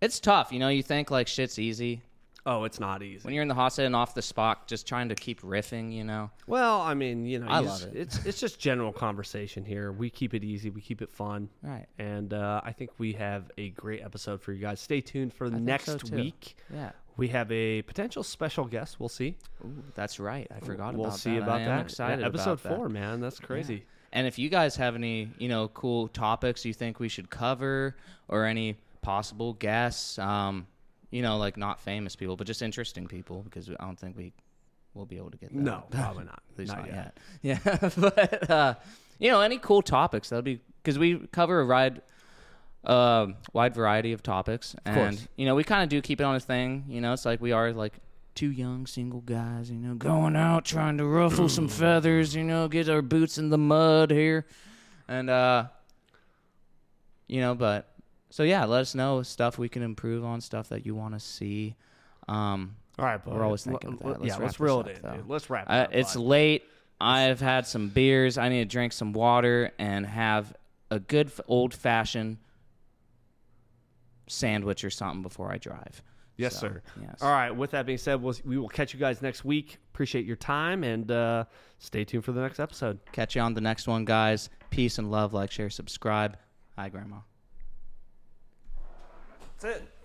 [SPEAKER 2] It's tough, you know. You think like shit's easy
[SPEAKER 1] Oh, it's not easy.
[SPEAKER 2] when you're in the hot seat and off the spot, just trying to keep riffing, you know.
[SPEAKER 1] Well, I mean, you know,
[SPEAKER 2] I
[SPEAKER 1] you
[SPEAKER 2] love
[SPEAKER 1] just-
[SPEAKER 2] it.
[SPEAKER 1] It's it's just general conversation here. We keep it easy. We keep it fun.
[SPEAKER 2] Right.
[SPEAKER 1] And uh, I think we have a great episode for you guys. Stay tuned for
[SPEAKER 2] think so,
[SPEAKER 1] next
[SPEAKER 2] too.
[SPEAKER 1] week.
[SPEAKER 2] Yeah.
[SPEAKER 1] We have a potential special guest. We'll see.
[SPEAKER 2] Ooh, that's right. I forgot
[SPEAKER 1] we'll
[SPEAKER 2] about
[SPEAKER 1] see
[SPEAKER 2] that.
[SPEAKER 1] about
[SPEAKER 2] I am
[SPEAKER 1] that. Yeah,
[SPEAKER 2] excited
[SPEAKER 1] episode
[SPEAKER 2] about that.
[SPEAKER 1] four, man. That's crazy.
[SPEAKER 2] And if you guys have any, you know, cool topics you think we should cover or any possible guests, um, you know, like not famous people, but just interesting people, because I don't think we will be able to get that.
[SPEAKER 1] No, probably not.
[SPEAKER 2] at least not,
[SPEAKER 1] yet.
[SPEAKER 2] yet. Yeah, but uh, you know, any cool topics that'll be because we cover a wide, um wide variety of topics, and
[SPEAKER 1] course.
[SPEAKER 2] you know, we kind of do keep it on a thing. You know, it's like we are like two young single guys, you know, going out trying to ruffle some feathers, you know, get our boots in the mud here, and uh, you know, but so yeah, let us know stuff we can improve on, stuff that you want to see. Um,
[SPEAKER 1] All right, bud.
[SPEAKER 2] We're always
[SPEAKER 1] L-
[SPEAKER 2] thinking of
[SPEAKER 1] l-
[SPEAKER 2] that. Let's
[SPEAKER 1] yeah,
[SPEAKER 2] wrap
[SPEAKER 1] let's
[SPEAKER 2] this
[SPEAKER 1] reel it
[SPEAKER 2] up,
[SPEAKER 1] in,
[SPEAKER 2] though.
[SPEAKER 1] dude. Let's wrap it
[SPEAKER 2] I,
[SPEAKER 1] up.
[SPEAKER 2] it's
[SPEAKER 1] bud.
[SPEAKER 2] late. I've had some beers. I need to drink some water and have a good f- old fashioned sandwich or something before I drive.
[SPEAKER 1] Yes,
[SPEAKER 2] So,
[SPEAKER 1] sir.
[SPEAKER 2] Yes.
[SPEAKER 1] All right. With that being said, we'll, we will catch you guys next week. Appreciate your time and uh, stay tuned for the next episode.
[SPEAKER 2] Catch you on the next one, guys. Peace and love. Like, share, subscribe. Hi, Grandma.
[SPEAKER 1] That's it.